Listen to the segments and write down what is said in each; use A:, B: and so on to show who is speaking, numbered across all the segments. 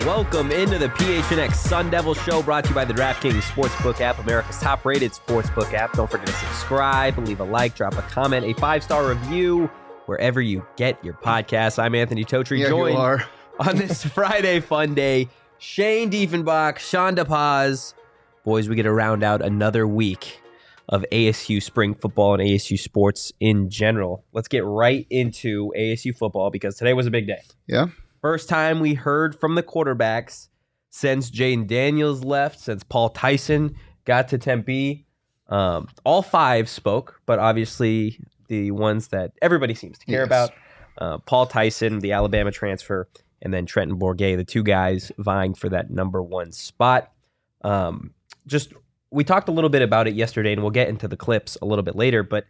A: welcome into the PHNX Sun Devil Show, brought to you by the DraftKings Sportsbook app, America's top-rated sportsbook app. Don't forget to subscribe, leave a like, drop a comment, a five-star review wherever you get your podcasts. I'm Anthony Totri,
B: Yeah, you
A: joined
B: are.
A: on this Friday Fun Day, Shane Diefenbach, Sean DePaz. Boys, we get to round out another week of ASU spring football and ASU sports in general. Let's get right into ASU football because today was a big day.
B: Yeah.
A: First time we heard from the quarterbacks since Jaden Daniels left, since Paul Tyson got to Tempe. Um, all five spoke, but obviously the ones that everybody seems to care
B: Yes.
A: about uh, Paul Tyson, the Alabama transfer, and then Trenton Bourget, the two guys vying for that number one spot. Um, just we talked a little bit about it yesterday, and we'll get into the clips a little bit later. But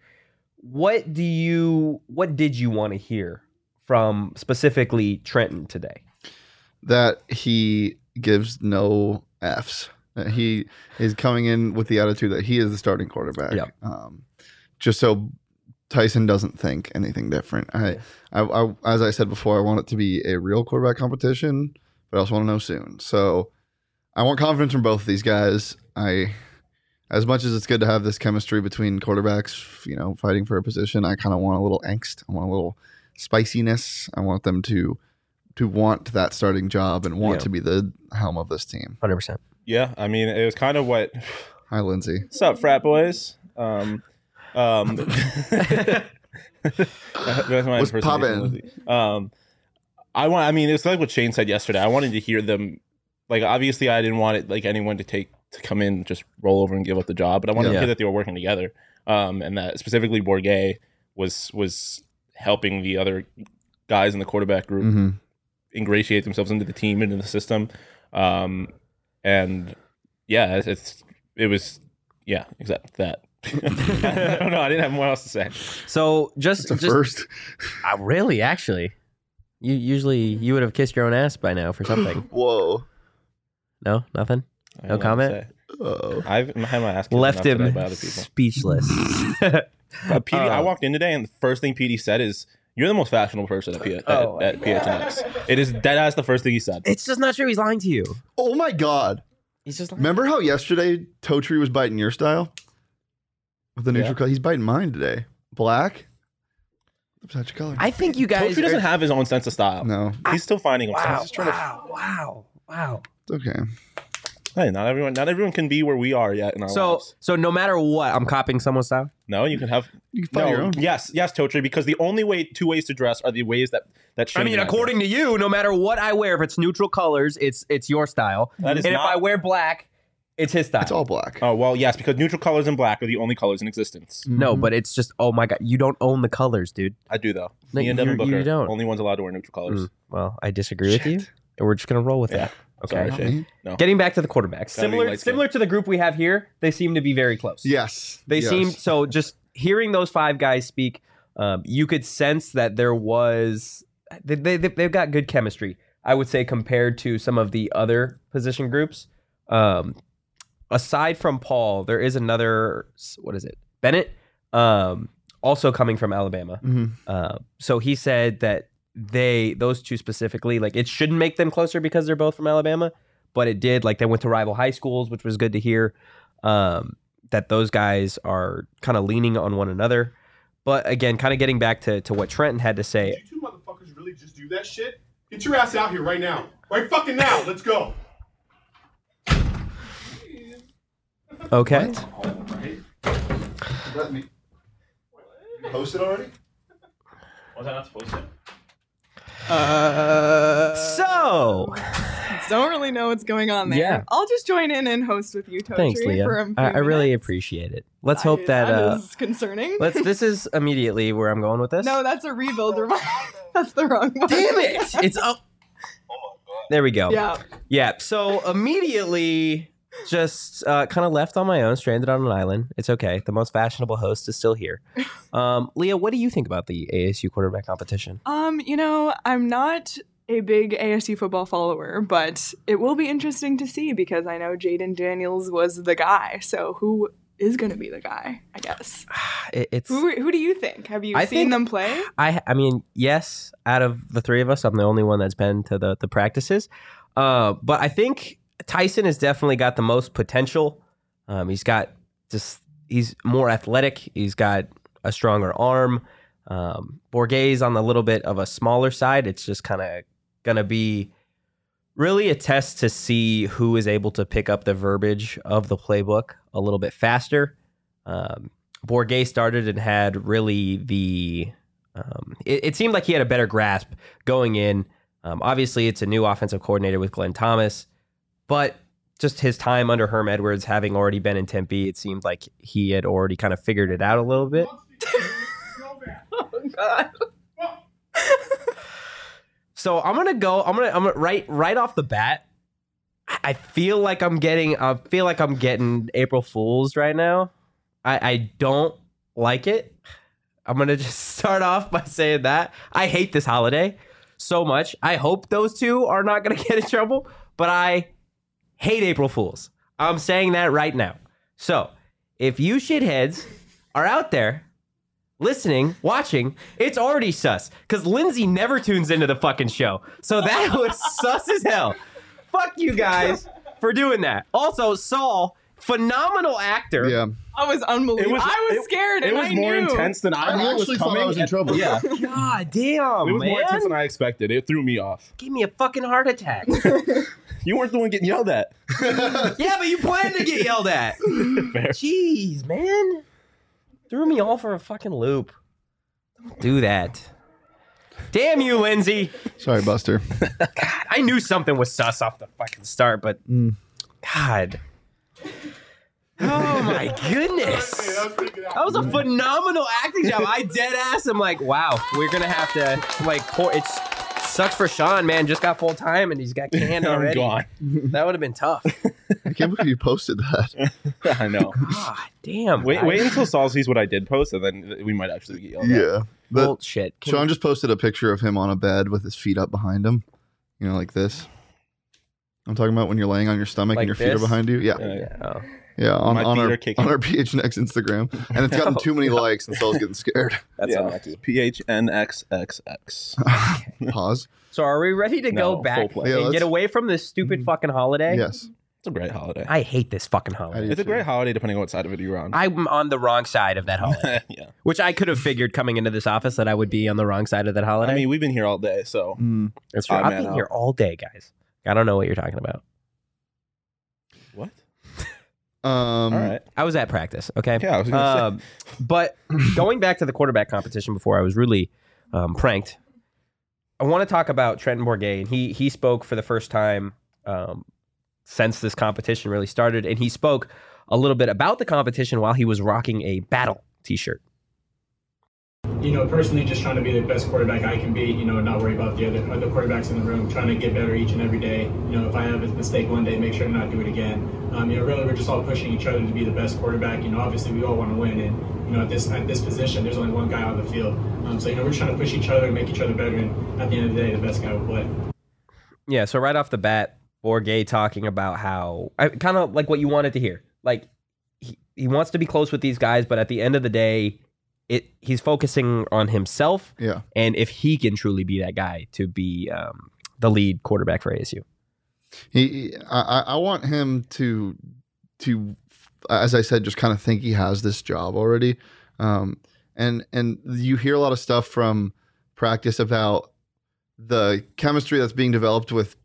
A: what do you, what did you want to hear from specifically Trenton today?
B: That he gives no F's. That he is coming in with the attitude that he is the starting quarterback.
A: Yeah.
B: Um, just so Tyson doesn't think anything different. I, I, I, as I said before, I want it to be a real quarterback competition, but I also want to know soon. So I want confidence from both of these guys. I, as much as it's good to have this chemistry between quarterbacks, you know, fighting for a position, I kind of want a little angst. I want a little spiciness. I want them to, to want that starting job and want
A: Yeah.
B: to be the helm of this team.
A: Hundred percent.
C: Yeah, I mean, it was kind of what.
B: Hi, Lindsay.
C: What's up, frat boys? Um, um, that's my
B: What's
C: impersonation,
B: poppin'?
C: Lindsay. Um, I want. I mean, it was like what Shane said yesterday. I wanted to hear them. Like, obviously, I didn't want it like anyone to take to come in and just roll over and give up the job, but I wanted
A: Yeah.
C: to hear that they were working together. Um, and that specifically Borgay was was helping the other guys in the quarterback group
B: Mm-hmm.
C: ingratiate themselves into the team into the system um and yeah it's, it's it was yeah exactly that i don't know i didn't have more else to say
A: So just,
B: It's a
A: just
B: first.
A: I Uh, really actually, you usually you would have kissed your own ass by now for something.
B: Whoa.
A: no, nothing. No
C: I don't know what to
A: comment?
C: say.
B: Oh.
C: i've had my ass kicked
A: Left
C: enough today
A: him
C: by other people
A: speechless.
C: Uh, PD, i
A: Uh,
C: walked in today and the first thing pd said is you're the most fashionable person at, P- at,
A: Oh.
C: at PHNX. It is dead ass the first thing he said.
A: it's just not true. He's lying to you.
B: Oh my god.
A: He's just lying.
B: Remember how yesterday Totri was biting your style? With the neutral
C: Yeah.
B: color. He's biting mine today. Black. Such a color.
A: I think you guys.
C: Kofi doesn't
A: are-
C: have his own sense of style.
B: no.
C: He's still finding
A: wow,
C: himself.
A: wow, wow, wow.
B: It's okay.
C: Hey, not everyone, not everyone can be where we are yet in our
A: So,
C: lives.
A: so no matter what, I'm copying someone's style.
C: No, you can have
B: You can find your
C: No,
B: own.
C: yes, yes, Totri, because the only way two ways to dress are the ways that that Shane
A: I mean,
C: and I
A: according to you, no matter what I wear, if it's neutral colors, it's it's your style.
C: That is
A: and if
C: not-
A: I wear black, it's his style.
B: It's all black.
C: dress. Oh well, yes, because neutral colors and black are the only colors in existence.
A: no,
B: Mhm.
A: but it's just oh my god, you don't own the colors, dude.
C: I do though.
A: No,
C: Me and
A: you-
C: Devin
A: you
C: Booker,
A: don't.
C: only ones allowed to wear neutral colors.
A: Mm, well, I disagree with you,
B: Shit.
A: and we're just gonna roll with
C: Yeah.
A: that. Okay.
C: Sorry,
B: Not
C: shit.
B: me.
A: Getting back to the quarterbacks,
C: Gotta be
A: similar
C: light skin.
A: similar to the group we have here, they seem to be very close.
B: Yes.
A: They
B: yes.
A: seemed so just hearing those five guys speak, um, you could sense that there was they, they they've got good chemistry. I would say compared to some of the other position groups. Um, aside from Paul, there is another what is it? Bennett, um, also coming from Alabama.
B: Mhm.
A: Uh, so he said that they those two specifically like it shouldn't make them closer because they're both from Alabama, but it did. Like they went to rival high schools, which was good to hear. Um, that those guys are kind of leaning on one another. But again, kind of getting back to, to what Trenton had to say.
D: Did you two motherfuckers really just do that shit? Get your ass out here right now. Right fucking now. Let's go.
A: Okay.
B: Let me. Post it already?
E: Was I not supposed to?
F: Uh,
A: So
F: don't really know what's going on there.
A: Yeah.
F: I'll just join in and host with you, Totri,
A: thanks,
F: for
A: Leah.
F: a few
A: I, I really
F: minutes.
A: appreciate it. Let's hope
F: I-
A: that uh
F: is concerning.
A: let's this is immediately where I'm going with this.
F: no, that's a rebuild reminder. that's the wrong one.
A: Damn it! It's up There we go.
F: Oh Yeah.
A: Yeah. So immediately, just uh, kind of left on my own, stranded on an island. It's okay. The most fashionable host is still here. Um, Leah, what do you think about the ASU quarterback competition?
F: Um, you know, I'm not a big ASU football follower, but it will be interesting to see because I know Jaden Daniels was the guy. So who is going to be the guy? I guess.
A: It, it's
F: Who who do you think? Have you
A: I
F: seen
A: think-
F: them play?
A: I I mean, yes, out of the three of us, I'm the only one that's been to the the practices. Uh, but I think Tyson has definitely got the most potential. Um, he's got just he's more athletic. He's got a stronger arm. Um, Borgay's on the little bit of a smaller side. It's just kind of gonna be really a test to see who is able to pick up the verbiage of the playbook a little bit faster. Um, Borgay started and had really the. Um, it, it seemed like he had a better grasp going in. Um, obviously, it's a new offensive coordinator with Glenn Thomas, but just his time under Herm Edwards, having already been in Tempe, it seemed like he had already kind of figured it out a little bit. Oh,
F: God.
A: So I'm gonna go. I'm gonna. I'm gonna, right right off the bat. I- I feel like I'm getting. I feel like I'm getting April Fools right now. I, I don't like it. I'm gonna just start off by saying that I hate this holiday so much. I hope those two are not gonna get in trouble, but I hate April Fools. I'm saying that right now. So if you shitheads are out there listening, watching, it's already sus because Lindsay never tunes into the fucking show. So that was sus as hell. Fuck you guys for doing that. Also, Saul, phenomenal actor.
B: Yeah,
F: I was unbelievable.
C: was-
F: I was
C: it-
F: scared.
C: It
F: and
C: was
F: I
C: more
F: knew.
C: intense than I,
B: I
C: knew
B: actually
C: was
B: thought I
C: coming.
B: was in
C: and-
B: trouble.
C: Yeah,
A: God damn,
C: it was
A: man.
C: more intense than I expected. It threw me off.
A: Give me a fucking heart attack.
C: You weren't the one getting yelled at.
A: yeah, but you planned to get yelled at.
C: Fair.
A: Jeez, man. Threw me all for a fucking loop. Don't do that. Damn you, Lindsay.
B: sorry, Buster.
A: I knew something was sus off the fucking start, but God. Oh my goodness. That was a phenomenal acting job. I dead ass. I'm like, wow, we're gonna have to like. Pour, it's sucks for Sean, man. Just got full time and he's got canned
C: I'm
A: already.
C: gone.
A: That would have been tough.
B: I can't believe you posted that.
C: I know.
A: God damn.
C: Wait,
A: guys.
C: wait until Saul sees what I did post, and then we might actually get yelled at.
B: Yeah, but
A: Bullshit. Can-
B: Sean just posted a picture of him on a bed with his feet up behind him. You know, like this. I'm talking about when you're laying on your stomach
A: Like
B: and your feet
A: this?
B: are behind you. Yeah.
C: Yeah.
A: Oh.
B: Yeah, on,
C: My
B: on
C: feet
B: our
C: are kicking.
B: on our PHNX Instagram, and it's gotten
A: No,
B: too many likes, and Saul's getting scared.
A: That's
C: yeah.
A: unlucky.
C: PHNXXX.
B: Pause.
A: So are we ready to
C: No,
A: go
C: full
A: back
C: play.
B: Yeah,
A: and
B: let's-
A: get away from this stupid fucking holiday?
B: Yes,
C: It's a great holiday.
A: I hate this fucking holiday.
B: I do.
C: It's a great holiday, depending on what side of it you're on.
A: I'm on the wrong side of that holiday,
C: yeah.
A: which I could have figured coming into this office that I would be on the wrong side of that holiday.
C: I mean, we've been here all day, so
B: Mm.
A: That's
C: true.
A: I've
C: I'm
A: been
C: out.
A: here all day, guys. I don't know what you're talking about.
C: what?
B: Um,
C: All right.
A: I was at practice, okay?
C: Yeah, I was gonna
A: Um, but going back to the quarterback competition before I was really um, pranked, I want to talk about Trenton Bourget. And he, he spoke for the first time um, since this competition really started, and he spoke a little bit about the competition while he was rocking a battle t shirt.
G: you know, personally, just trying to be the best quarterback I can be. You know, not worry about the other other quarterbacks in the room. Trying to get better each and every day. You know, if I have a mistake one day, make sure to not do it again. Um, you know, really, we're just all pushing each other to be the best quarterback. You know, obviously, we all want to win, and you know, at this at this position, there's only one guy on the field. Um, so you know, we're just trying to push each other and make each other better. And at the end of the day, the best guy will play.
A: Yeah, so right off the bat, Borgay talking about how I kind of like what you wanted to hear. Like he, he wants to be close with these guys, but at the end of the day, it he's focusing on himself
B: Yeah.
A: and if he can truly be that guy to be um, the lead quarterback for ASU.
B: He, he- I, I- I want him to, to, as I said, just kind of think he has this job already. Um, and and you hear a lot of stuff from practice about the chemistry that's being developed with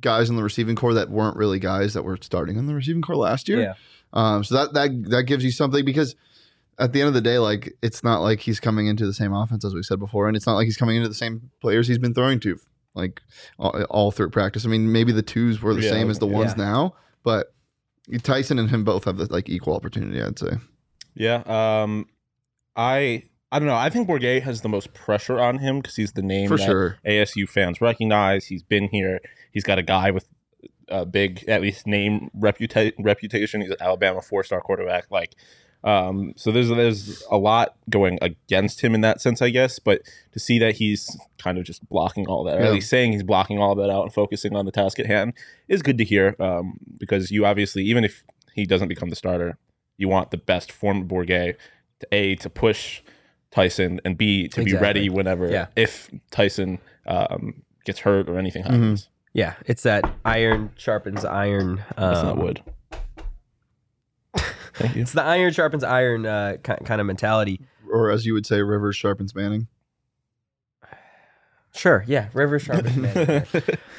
B: guys in the receiving core that weren't really guys that were starting in the receiving core last year.
A: Yeah.
B: Um, so that that that gives you something because at the end of the day, like it's not like he's coming into the same offense as we said before, and it's not like he's coming into the same players he's been throwing to like all, all through practice. I mean, maybe the twos were the
C: Yeah,
B: same as the ones
A: yeah.
B: now, but Tyson and him both have the, like equal opportunity. I'd say.
C: Yeah. Um, I I don't know. I think Bourget has the most pressure on him because he's the name
B: For
C: that
B: sure.
C: ASU fans recognize. He's been here. He's got a guy with a big, at least name reputa- reputation. He's an Alabama four star quarterback. Like, um, so there's there's a lot going against him in that sense, I guess. But to see that he's kind of just blocking all that, or
B: Yeah.
C: at least saying he's blocking all that out and focusing on the task at hand, is good to hear. Um, because you obviously, even if he doesn't become the starter, you want the best form of Bourget to a to push Tyson and b to be
A: Exactly.
C: ready whenever
A: Yeah.
C: if Tyson um, gets hurt or anything happens.
A: Yeah, it's that iron sharpens iron. Um,
C: That's not wood. Thank you.
A: It's the iron sharpens iron uh, ki- kind of mentality.
B: or as you would say, Rivers sharpens Manning.
A: Sure. Yeah. River sharpens man.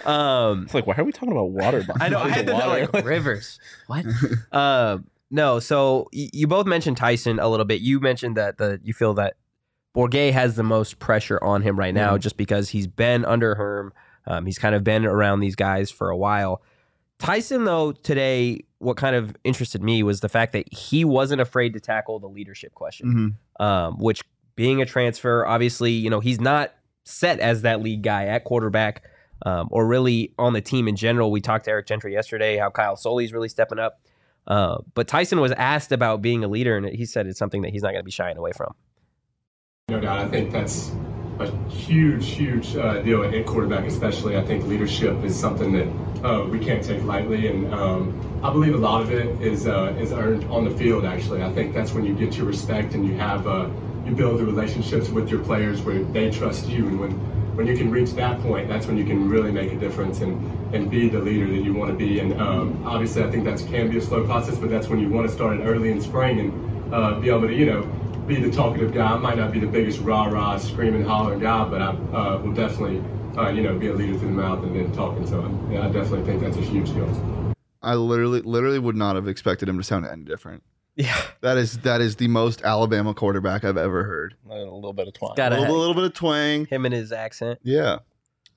A: um,
C: It's like, why are we talking about water?
A: I know. I had to know like, rivers. What? um, no. So y- you both mentioned Tyson a little bit. You mentioned that the you feel that Borgay has the most pressure on him right now, just because he's been under Herm. Um, he's kind of been around these guys for a while. Tyson, though, today, what kind of interested me was the fact that he wasn't afraid to tackle the leadership question
B: Mhm.
A: um, which being a transfer, obviously, you know, he's not set as that lead guy at quarterback um, or really on the team in general. We talked to Eric Gentry yesterday, how Kyle Soley's really stepping up. Uh, but Tyson was asked about being a leader, and he said it's something that he's not going to be shying away from.
G: No doubt. I think that's a huge, huge uh, deal at quarterback, especially. I think leadership is something that uh, we can't take lightly, and um, I believe a lot of it is uh, is earned on the field. Actually, I think that's when you get your respect and you have uh, you build the relationships with your players where they trust you, and when when you can reach that point, that's when you can really make a difference and, and be the leader that you want to be. And um, obviously, I think that can be a slow process, but that's when you want to start it early in spring and uh, be able to, you know, be the talkative guy. I might not be the biggest rah rah, screaming, hollering guy, but I uh, will definitely, uh, you know, be a leader through the mouth and then talking. So yeah, I definitely think that's a huge deal.
B: I literally, literally would not have expected him to sound any different.
A: Yeah.
B: That is, that is the most Alabama quarterback I've ever heard.
C: A little bit of twine.
A: Got
B: A
A: it.
B: little, little bit of twang.
A: Him and his accent.
B: Yeah,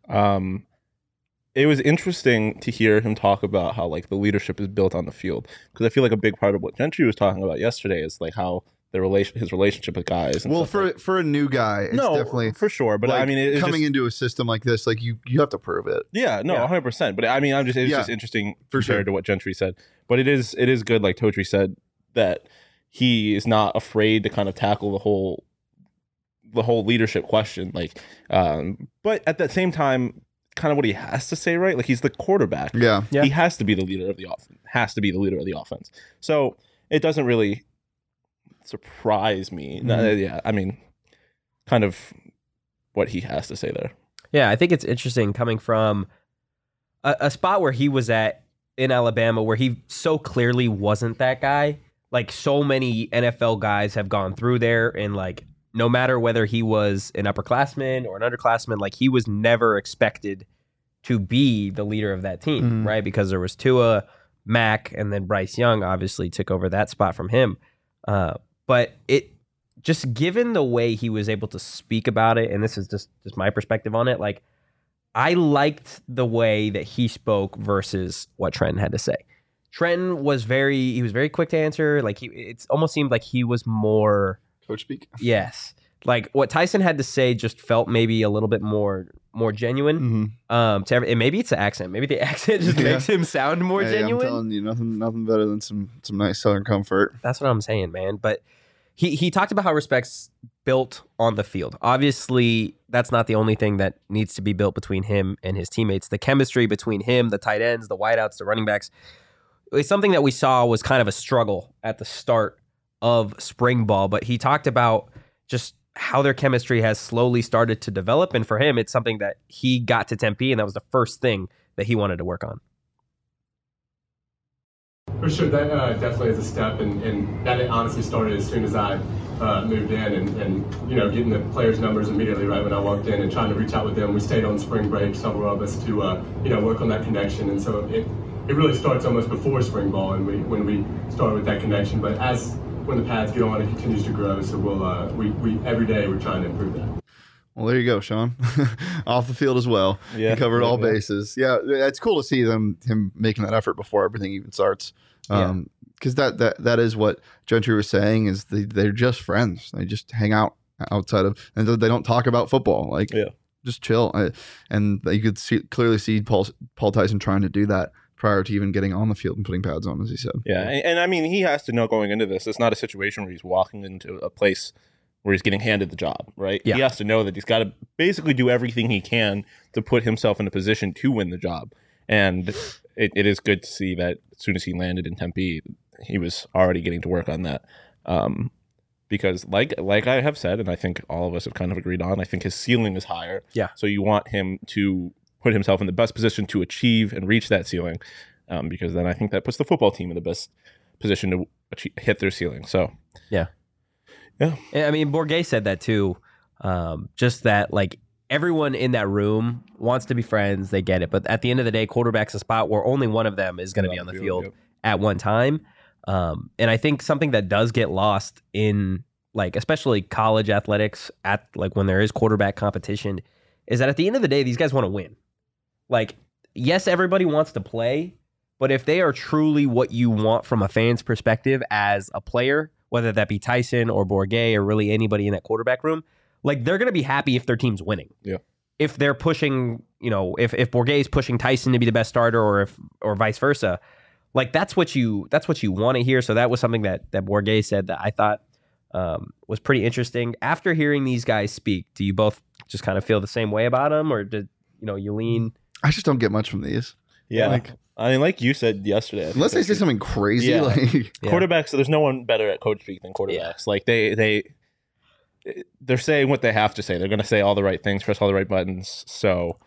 C: um it was interesting to hear him talk about how like the leadership is built on the field because i feel like a big part of what gentry was talking about yesterday is like how the relation his relationship with guys and
B: well,
C: stuff
B: for
C: like-
B: for a new guy, it's
C: no
B: definitely.
C: for sure but i
B: like,
C: mean it, it's
B: coming
C: just,
B: into a system like this, like you, you have to prove it.
C: yeah no
A: Yeah.
C: 100% but i mean i'm just it's
B: Yeah,
C: just interesting
B: for
C: compared
B: sure.
C: to what gentry said but it is it is good like totri said that he is not afraid to kind of tackle the whole the whole leadership question like um but at the same time kind of what he has to say right like he's the quarterback
B: Yeah,
A: Yeah.
C: He has to be the leader of the offense. Has to be the leader of the offense. So it doesn't really surprise me. No,
B: Mm-hmm.
C: yeah, I mean, kind of what he has to say there.
A: Yeah, I think it's interesting coming from a, a spot where he was at in Alabama, where he so clearly wasn't that guy. Like so many NFL guys have gone through there, and like no matter whether he was an upperclassman or an underclassman, like he was never expected to be the leader of that team,
B: Mhm.
A: right? Because there was Tua, Mac, and then Bryce Young obviously took over that spot from him. Uh, but it just given the way he was able to speak about it, and this is just just my perspective on it, like I liked the way that he spoke versus what Trenton had to say. Trenton was very he was very quick to answer. Like he it's almost seemed like he was more
B: coach speak.
A: yes. Like what Tyson had to say just felt maybe a little bit more more genuine.
B: Mm-hmm.
A: Um to every, and maybe it's the accent. Maybe the accent just
B: Yeah.
A: makes him sound more
B: Hey, I'm
A: genuine.
B: telling you, nothing, nothing better than some some nice Southern comfort.
A: That's what I'm saying, man. But he he talked about how respect's built on the field. Obviously, that's not the only thing that needs to be built between him and his teammates. The chemistry between him, the tight ends, the wideouts, the running backs. It's something that we saw was kind of a struggle at the start of spring ball, but he talked about just how their chemistry has slowly started to develop. And for him, it's something that he got to Tempe, and that was the first thing that he wanted to work on.
G: For sure, that uh, definitely is a step, and, and that honestly started as soon as I uh, moved in, and, and you know, getting the players' numbers immediately right when I walked in, and trying to reach out with them. We stayed on spring break, several of us, to uh, you know work on that connection, and so it it really starts almost before spring ball, and we when we start with that connection. But as when the pads get on, it continues to grow. So we'll uh, we, we every day we're trying to improve that.
B: Well, there you go, Sean. Off the field as well.
C: Yeah.
B: he covered
C: Yeah,
B: all
C: yeah.
B: bases. Yeah, it's cool to see them him making that effort before everything even starts.
A: Yeah.
B: Um, because that that that is what Gentry was saying is they they're just friends. They just hang out outside of and they don't talk about football. Like
C: Yeah.
B: just chill. I, and you could see clearly see Paul Paul Tyson trying to do that prior to even getting on the field and putting pads on, as he said.
C: Yeah, and, and I mean, he has to know going into this. It's not a situation where he's walking into a place where he's getting handed the job, right?
A: Yeah.
C: He has to know that he's got to basically do everything he can to put himself in a position to win the job. And it, it is good to see that as soon as he landed in Tempe, he was already getting to work on that. Um, because like like I have said, and I think all of us have kind of agreed on, I think his ceiling is higher.
A: Yeah.
C: So you want him to put himself in the best position to achieve and reach that ceiling, um, because then I think that puts the football team in the best position to achieve, hit their ceiling. So
A: Yeah, I mean, Borgay said that too. Um, just that, like, everyone in that room wants to be friends. They get it. But at the end of the day, quarterback's a spot where only one of them is going to be on the field
C: yep.
A: at one time. Um, and I think something that does get lost in, like, especially college athletics, at like when there is quarterback competition, is that at the end of the day, these guys want to win. Like, yes, everybody wants to play, but if they are truly what you want from a fan's perspective as a player, whether that be Tyson or Borgay or really anybody in that quarterback room, like they're going to be happy if their team's winning.
C: Yeah.
A: If they're pushing, you know, if if Borgay is pushing Tyson to be the best starter or if or vice versa, like that's what you that's what you want to hear. So that was something that that Borgay said that I thought um, was pretty interesting. After hearing these guys speak, do you both just kind of feel the same way about them, or did you know you lean?
B: I just don't get much from these.
C: yeah,
B: Like-
C: I mean, like you said yesterday, I think
B: Unless they
C: that's
B: say
C: the-
B: something crazy,
C: Yeah.
B: like
A: Yeah.
C: quarterbacks there's no one better at coach speak than quarterbacks like they they they're saying what they have to say they're going to say all the right things press all the right buttons so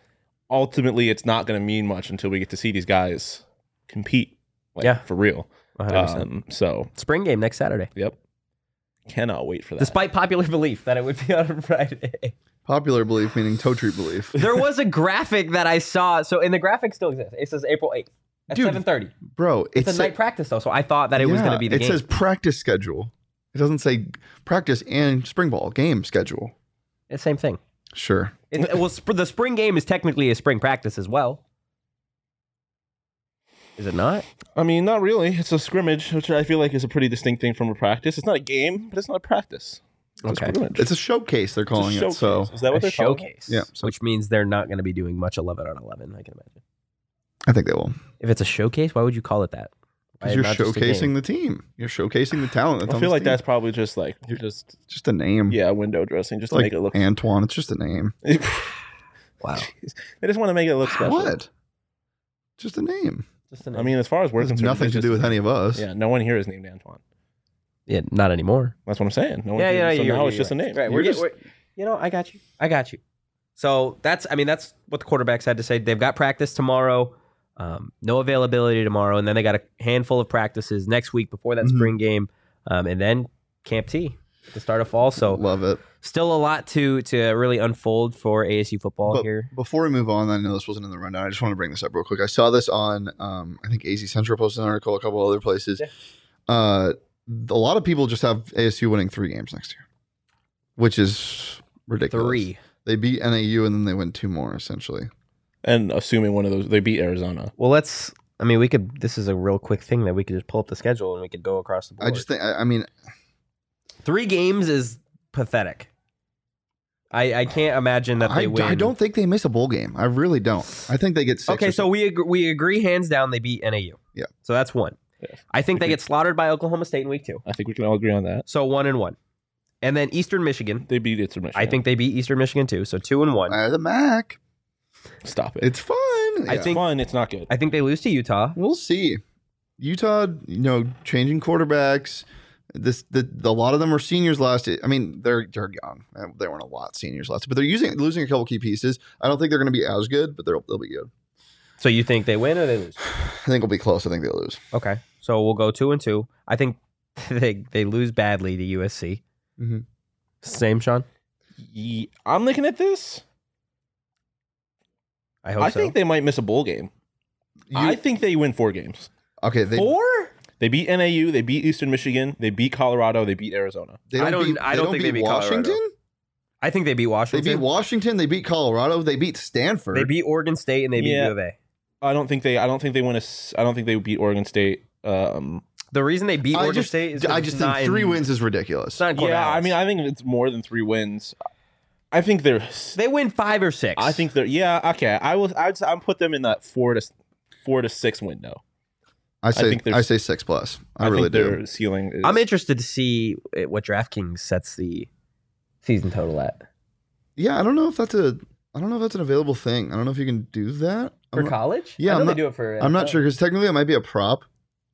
C: ultimately it's not going to mean much until we get to see these guys compete like,
A: Yeah.
C: for real
A: 100%.
C: um, so
A: Uh, Spring game next Saturday,
C: yep cannot wait for that
A: despite popular belief that it would be on a Friday.
B: popular belief, meaning toe treat belief.
A: there was a graphic that I saw. So, and the graphic still exists. It says April 8th at
B: Dude,
A: 7.30.
B: Bro,
A: It's,
B: sa-
A: a night practice, though. So I thought that it was going
B: Yeah,
A: to be the
B: It
A: game.
B: says practice schedule. It doesn't say practice and spring ball game schedule.
A: it's same thing.
B: Sure.
A: It, well, sp- the spring game is technically a spring practice as well. Is it not?
C: i mean not really it's a scrimmage which i feel like is a pretty distinct thing from a practice it's not a game but it's not a practice It's a
A: Okay.
C: scrimmage.
B: It's a showcase they're
C: It's a
B: calling it.
C: showcase.
B: So
C: is that what
A: a
C: they're calling it?
A: showcase.
B: Yeah, so-
A: Which means they're not going to be doing much 11 on 11, I can imagine.
B: I think they will.
A: If it's a showcase, why would you call it that? Why
B: Because you're
A: not just a game?
B: showcasing the team. You're showcasing the talent. That's
C: i
B: on this
C: feel like
B: team.
C: that's probably just like just
B: just a name.
C: yeah window dressing just
B: It's
C: to
B: like
C: make it look
B: Antoine. It's just a name.
A: Wow.
C: Jeez. They just want to make it look special.
B: Ah, What? Just a name.
A: Just an
C: I mean, as far as we're
B: It has
C: concerned,
B: nothing
C: it's
B: to do
C: just-
B: with any of us.
C: Yeah, no one here is named Antoine.
A: yeah, not anymore.
C: That's what I'm saying. No one
A: yeah,
C: here-
A: yeah,
C: So
A: you're-
C: now
A: you're
C: it's just
A: right.
C: a name.
A: Right,
C: You're
A: we're
C: just-
A: just, you know, I got you, I got you. So that's, I mean, that's what the quarterbacks had to say. They've got practice tomorrow, um, no availability tomorrow, and then they got a handful of practices next week before that
B: Mhm.
A: spring game, um, and then Camp T at the start of fall. So
B: Love it.
A: still a lot to to really unfold for ASU football
B: But
A: here.
B: Before we move on, I know this wasn't in the rundown. I just want to bring this up real quick. I saw this on, um, I think AZ Central posted an article, a couple other places.
A: Yeah.
B: Uh, a lot of people just have ASU winning three games next year, which is ridiculous.
A: Three.
B: They beat NAU and then they win two more, essentially.
C: and assuming one of those, they beat Arizona.
A: Well, let's. I mean, we could. This is a real quick thing that we could just pull up the schedule and we could go across the board.
B: I just think, I, I mean,
A: three games is pathetic. I, I can't imagine that they
B: I,
A: win.
B: I don't think they miss a bowl game. I really don't. I think they get six.
A: Okay,
B: or
A: so we agree, we agree hands down they beat NAU.
B: Yeah.
A: So that's one.
C: Yes.
A: I think they get slaughtered by Oklahoma State in week two.
C: I think we can all agree on that.
A: So one and one, and then Eastern Michigan.
C: They beat Eastern Michigan.
A: I think they beat Eastern Michigan too. So two and one.
B: something. Uh, the MAC.
C: Stop it. It's
B: It's fun.
A: I
B: Yeah.
A: think-
C: fun. It's not good.
A: I think they lose to Utah.
B: We'll see. Utah, you know, changing quarterbacks. This the, the- a lot of them are seniors last. year. I mean, they're they're young. Uh, They weren't a lot seniors last, year, but they're using losing a couple key pieces. I don't think they're going to be as good, but they'll they'll be good.
A: So you think they win or they lose?
B: I think it'll be close. I think they lose.
A: Okay. So we'll go two and two. I think they they lose badly to USC.
C: Mm-hmm.
B: Mhm.
A: Same, Sean.
C: Ye- I'm looking at this.
A: I hope
C: I
A: so.
C: think they might miss a bowl game.
B: You,
C: I think they win four games.
B: okay, they,
A: Four?
C: They beat NAU. They beat Eastern Michigan. They beat Colorado. They beat Arizona.
B: they
A: I don't-
B: beat-
A: I don't think they beat Colorado.
B: Washington.
A: I think they beat
B: They
A: Washington.
B: beat Washington. They beat Colorado. They beat Stanford.
A: They beat Oregon State and they beat
C: Yeah.
A: U of A.
C: I don't think they. I don't think they win a. s- I don't think they beat Oregon State. Um,
A: The reason they beat
B: I
A: Oregon
B: just,
A: State is 'cause
B: I
A: it's
B: just
A: not
B: think
A: in-
B: three wins is ridiculous.
A: It's not in Corvallis.
C: yeah, I mean, I think it's more than three wins. I think they're.
A: They win five or six.
C: I think they're. Yeah, okay. I will. I'd. I'd put them in that four to four to six window.
B: I say
C: think
B: I,
C: there's-
B: say six plus. I, really
C: think
B: do.
C: Their ceiling. Is,
A: I'm interested to see uh, what DraftKings sets the season total at
B: Yeah, I don't know if that's a I don't know if that's an available thing. I don't know if you can do that.
A: for
B: I'm not,
A: college.
B: yeah,
A: I know
B: I'm
A: they
B: not-
A: do it for. uh,
B: I'm not
A: NFL.
B: sure because technically it might be a prop.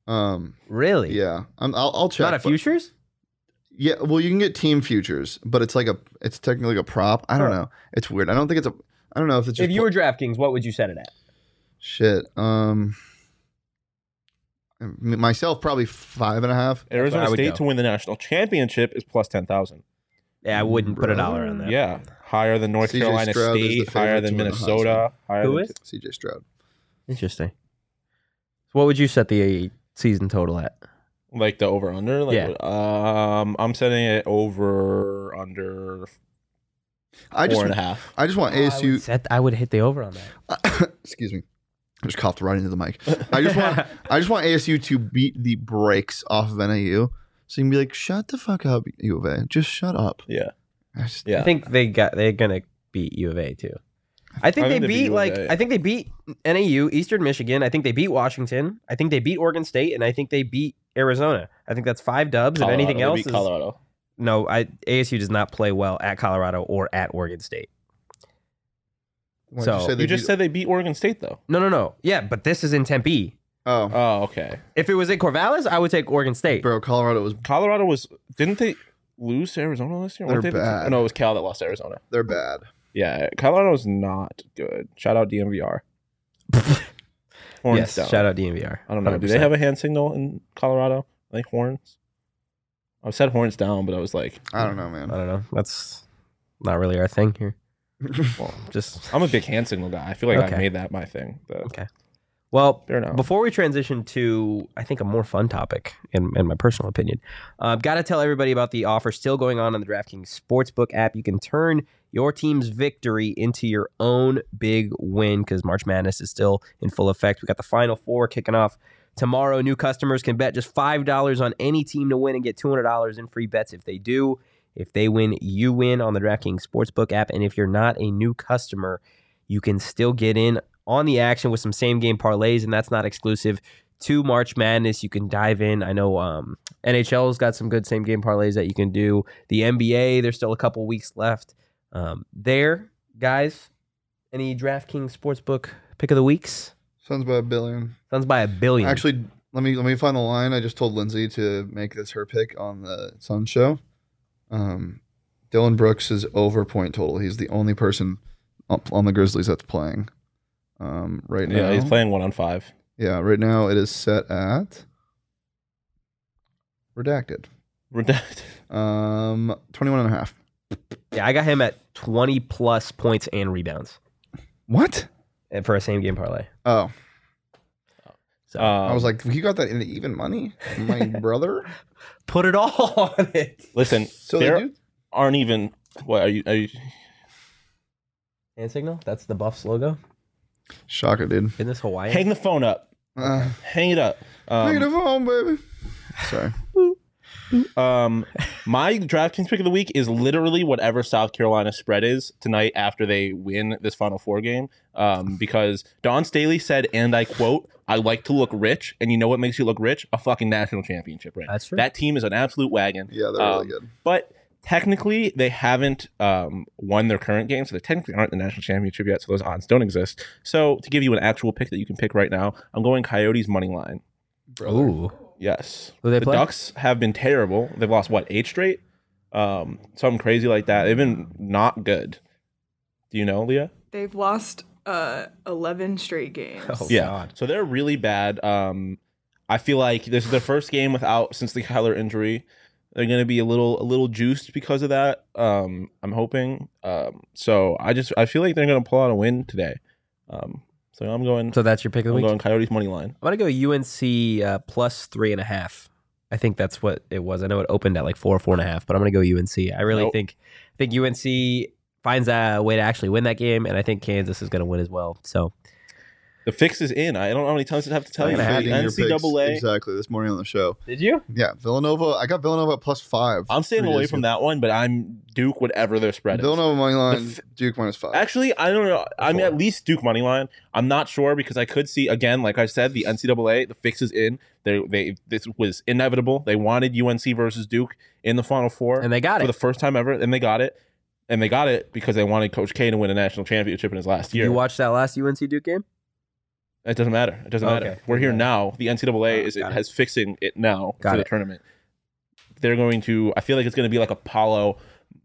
B: Um,
A: Really?
B: yeah, I'm, I'll, I'll check.
A: Not a
B: but-
A: futures.
B: Yeah, well, you can get team futures, but it's like a it's technically like a prop. I don't know. It's weird. I don't think it's a. I don't know if it's just
A: if you were DraftKings, what would you set it at?
B: shit. Um, m- myself probably five and a half.
A: where I
C: Arizona
A: would
C: State
A: go.
C: to win the national championship is plus ten thousand.
A: Yeah, I wouldn't put a dollar on that.
C: Yeah, higher than North
B: CJ
C: Carolina
B: Stroud is the
C: State, higher
B: favorite
C: than
B: to win the
C: Minnesota. Higher
A: Who
C: than
A: is?
B: CJ Stroud.
A: Interesting. So what would you set the season total at?
C: like the over under. Like,
A: Yeah.
C: what- Um, I'm setting it over under
B: I
C: four
B: just
C: and a half.
B: I just want ASU.
A: set, I would hit the over on that.
B: excuse me I just coughed right into the mic i just want i just want asu to beat the brakes off of nau so you can be like shut the fuck up u of a just shut up
C: Yeah.
B: I just-
C: Yeah.
A: I think they got they're gonna beat U of A too. I think
C: I
A: they
C: think they beat
A: beat
C: U of
A: like
C: A.
A: I think they beat NAU, Eastern Michigan. I think they beat Washington. I think they beat Oregon State, and I think they beat Arizona. I think that's five dubs,
C: Colorado,
A: and anything
C: they
A: else
C: beat
A: is
C: Colorado.
A: no. I ASU does not play well at Colorado or at Oregon State.
B: Why'd
A: So,
B: say they
C: You just
B: beat-
C: said they beat Oregon State though.
A: No, no, no. Yeah, but this is in Tempe.
B: oh
C: Oh, okay.
A: If it was at Corvallis, I would take Oregon State.
B: bro colorado was
C: Colorado was didn't they lose to Arizona last year?
B: They're
C: Weren't they the-
B: bad.
C: no, it was Cal that lost to Arizona.
B: they're bad
C: Yeah, Colorado's not good. Shout out DMVR. Horns
A: yes,
C: down.
A: shout out DMVR.
C: I don't know. Do they have a hand signal in Colorado? Like horns? I said horns down, but I was like,
B: i don't know
A: I
B: man
A: don't know. That's not really our thing here. well, just
C: I'm a big hand signal guy. I feel like
A: Okay.
C: I made that my thing. But
A: well.
C: fair enough.
A: Before we transition to, I think, a more fun topic, in, in my personal opinion, uh, got to tell everybody about the offer still going on on the DraftKings Sportsbook app. You can turn your team's victory into your own big win because March Madness is still in full effect. We got the Final Four kicking off tomorrow. New customers can bet just $5 on any team to win and get $200 in free bets if they do. If they win, you win on the DraftKings Sportsbook app. And if you're not a new customer, you can still get in on the action with some same game parlays, and that's not exclusive to March Madness. You can dive in. I know um, NHL's got some good same game parlays that you can do. The NBA, there's still a couple weeks left. Um, there, guys, any DraftKings Sportsbook pick of the weeks?
B: sounds about a billion
A: Sounds by a billion.
B: actually let me let me find the line i just told lindsay to make this her pick on the sun show um dylan brooks is over point total he's the only person up on the grizzlies that's playing um right now
C: yeah, he's playing one on five.
B: Yeah, right now it is set at redacted.
C: Redacted.
B: Um 21 and a half.
A: yeah, I got him at 20 plus points and rebounds
B: What?
A: and for a same game parlay.
B: Oh,
A: So
C: Um,
B: I was like, you got that in the even money, my brother.
A: put it all on it.
C: listen,
B: So they
C: there
B: do.
C: aren't even. What are you? Are you
A: Hand signal. That's the Buffs logo.
B: Shocker, dude.
A: In this Hawaiian.
C: hang the phone up.
B: Uh,
C: Hang it up.
B: Take it
C: Um,
B: home, baby. Sorry.
C: um, my DraftKings pick of the week is literally whatever South Carolina spread is tonight after they win this Final Four game. Um, because Don Staley said, and I quote, "I like to look rich," and you know what makes you look rich? A fucking national championship ring.
A: That's true.
C: That team is an absolute wagon.
B: Yeah, they're
C: Um,
B: really good.
C: But technically, they haven't um, won their current game, so they technically aren't in the national championship yet. So those odds don't exist. So to give you an actual pick that you can pick right now, I'm going Coyotes money line.
A: Ooh.
C: Yes,
A: Who they
C: the
A: play?
C: Ducks have been terrible. They've lost what eight straight, um, something crazy like that. They've been not good. Do you know, Leah?
F: They've lost uh, 11 straight games.
A: Oh,
C: yeah.
A: God.
C: So they're really bad. Um, I feel like this is their first game without since the Kyler injury. They're gonna be a little a little juiced because of that. Um, I'm hoping. Um, so I just I feel like they're gonna pull out a win today. Um, so I'm going.
A: So that's your pick of the
C: I'm
A: week.
C: going Coyotes money line.
A: I'm gonna go UNC uh, plus three and a half. I think that's what it was. I know it opened at like four, four and a half, but I'm gonna go UNC. I really
C: Nope.
A: think I think UNC finds a way to actually win that game, and I think Kansas is gonna win as well. So
C: The fix is in. I don't know how many times I have to tell
A: I'm
C: you.
A: gonna
C: The
A: have
B: Feeding your picks
C: NCAA.
B: Exactly. This morning on the show.
A: did you?
B: Yeah, Villanova. I got Villanova at plus five.
C: I'm staying
B: Three
C: away
B: days
C: from
B: ago.
C: that one, but I'm Duke whatever their spread is.
B: Villanova money line.
C: The
B: Duke minus five.
C: Actually, I don't know. I mean,
A: Sure.
C: at least Duke money line. I'm not sure because I could see again, like I said, the NCAA. The fix is in. They, they this was inevitable. They wanted UNC versus Duke in the Final Four
A: And they got
C: for
A: it.
C: the first time ever, and they got it. And they got it because they wanted Coach K to win a national championship in his last year.
A: You watched that last UNC Duke game?
C: it doesn't matter. It doesn't
A: Okay.
C: matter. We're here now. The NCAA
A: Oh,
C: is
A: got it.
C: has fixing it now
A: Got
C: for
A: it.
C: the tournament. They're going to. I feel like it's going to be like Apollo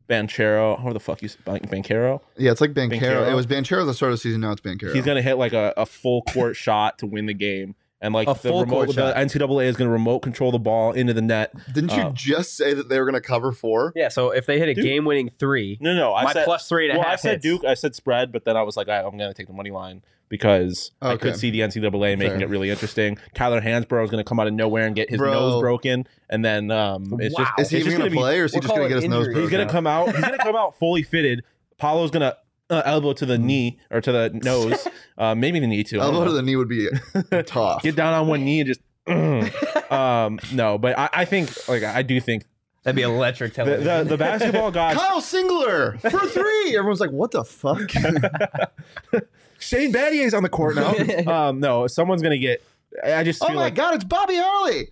C: Banchero, or the fuck you, Ban- Banchero.
B: Yeah, it's like Banchero.
C: Banchero?
B: It was Banchero at the start of the season. Now it's Banchero.
C: He's gonna hit like a, a full court shot to win the game, and like
A: A
C: the
A: full
C: remote,
A: court
C: the
A: shot.
C: NCAA is gonna remote control the ball into the net.
B: Didn't you
C: Oh.
B: just say that they were going to cover four?
A: Yeah, so if they hit a
C: Dude.
A: game winning three,
C: No, no, I
A: my
C: said
A: plus three and a
C: well,
A: half
C: I said
A: hits.
C: Duke, I said spread, but then I was like, I, I'm gonna take the money line because I could
B: Okay.
C: see the NCAA making
B: Fair.
C: it really interesting. Tyler Hansborough is gonna come out of nowhere and get his
B: Bro.
C: nose broken, and then um, it's
A: Wow.
C: just
B: Is he even
C: it's just
B: going to
C: be-
B: play, or is he
A: we'll
B: just going
A: call
B: to
A: it
B: get his nose
A: injuries.
B: broken?
C: He's gonna come out. He's gonna come out fully fitted. Paulo's gonna uh, elbow to the knee or to the nose. Uh, maybe the knee too. I don't
B: Mm. Elbow to
C: know.
B: the knee would be tough.
C: Get down on one knee and just. um, no, but I, I think like I do think
A: that'd be electric
C: the
A: television.
C: the, the basketball gods.
B: Kyle Singler for three. Everyone's like, "What the fuck?"
C: Shane Battier's on the court now. um, no, someone's gonna get. I I just
B: oh
C: feel
B: my
C: like
B: god, it's Bobby Harley.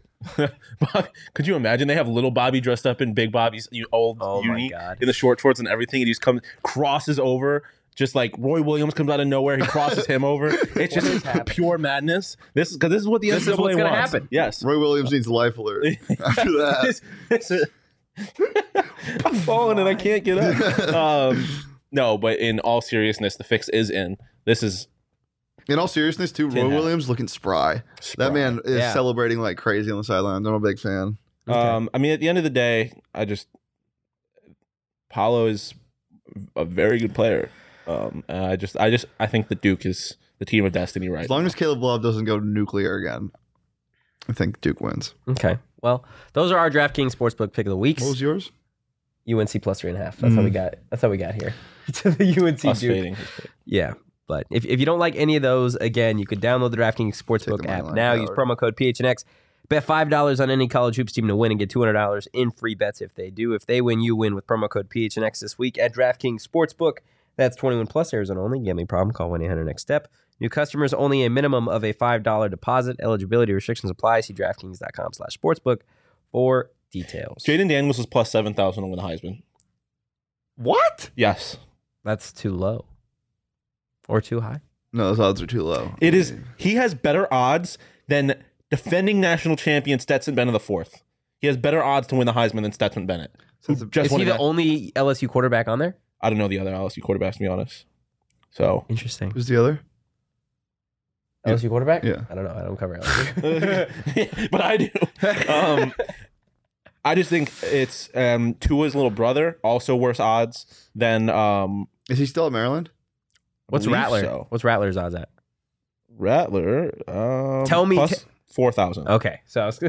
C: Bob, could you imagine they have little Bobby dressed up in Big Bobby's you old
A: oh my
C: uni
A: god.
C: in the short shorts and everything, and he just comes crosses over. Just like Roy Williams comes out of nowhere, he crosses him over. It's
A: is
C: just
A: happening?
C: pure madness. This because this is what the
A: This is
C: NCAA
A: what's gonna
C: wants.
A: happen. uh,
C: Yes.
B: Roy Williams needs a life alert after that.
C: This- this is- I'm falling and I can't get up. Um, no, but in all seriousness, the fix is in. This is
B: In all seriousness, too, Roy
C: Tin hat.
B: Williams looking spry. That man is
A: Yeah.
B: celebrating like crazy on the sidelines. I'm a big fan.
C: Um, I mean, at the end of the day, I just Paolo is a very good player. Um, and I just, I just, I think the Duke is the team of destiny, right?
B: As long as Caleb Love doesn't go nuclear again, I think Duke wins.
A: Okay. Well, those are our DraftKings sportsbook pick of the weeks.
B: What was yours?
A: UNC plus three and a half. That's how
C: Hmm.
A: we got. That's how we got here to the UNC
C: Us
A: Duke.
C: fading.
A: Yeah. But if, if you don't like any of those, again, you could download the DraftKings
B: Take
A: Sportsbook
B: the money
A: app
B: line
A: now.
B: card.
A: Use promo code PHNX. Bet $5 on any college hoops team to win and get $200 in free bets if they do. If they win, you win with promo code PHNX this week at DraftKings Sportsbook. That's 21 plus Arizona only. Gambling problem? Call 1-800-NEXT-STEP. New customers only a minimum of a $5 deposit. Eligibility restrictions apply. See DraftKings.com slash sportsbook for details.
C: Jaden Daniels is plus seven thousand to win the Heisman.
B: What?
C: Yes,
A: That's too low or too high.
B: No, those odds are too low.
C: it is. He has better odds than defending national champion Stetson Bennett the fourth. He has better odds to win the Heisman than Stetson Bennett. who
B: Stetson-
C: just
A: Is he
C: won
A: the
C: it.
A: only LSU quarterback on there?
C: I don't know the other LSU quarterbacks to be honest. So
A: Interesting.
B: Who's the other? Yeah.
A: LSU quarterback?
B: Yeah.
A: I don't know. I don't cover LSU.
C: but I do. Um, I just think it's um, Tua's little brother, also worse odds than um,
B: Is he still at Maryland?
A: What's
C: believe
A: Rattler?
C: so.
A: What's Rattler's odds at?
C: Rattler. Um,
A: Tell me Oh,
C: plus four thousand.
A: Okay, so I was, I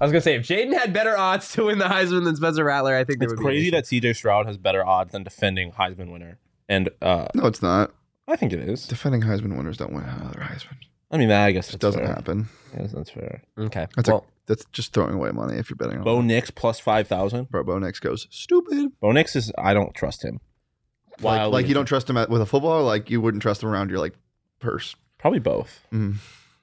A: was gonna say if Jaden had better odds to win the Heisman than Spencer Rattler, I think there
C: It's
A: would
C: crazy
A: be an
C: that CJ Stroud has better odds than defending Heisman winner, and uh,
B: No, it's not.
C: I think it is.
B: Defending Heisman winners don't win another Heisman.
C: I mean, I guess
B: It
C: that's
B: doesn't
C: fair.
B: happen.
C: Yes, that's fair.
A: issue. Okay,
B: That's
A: well,
B: a, that's just throwing away money if you're betting on
C: Bo Nix plus five thousand.
B: Bro, Bo Nix goes stupid.
C: Bo Nix is. I don't trust him.
B: Like,
C: Wildly
B: like you don't trust him at, with a football. Like you wouldn't trust him around your like purse.
C: Probably both.
B: Mm.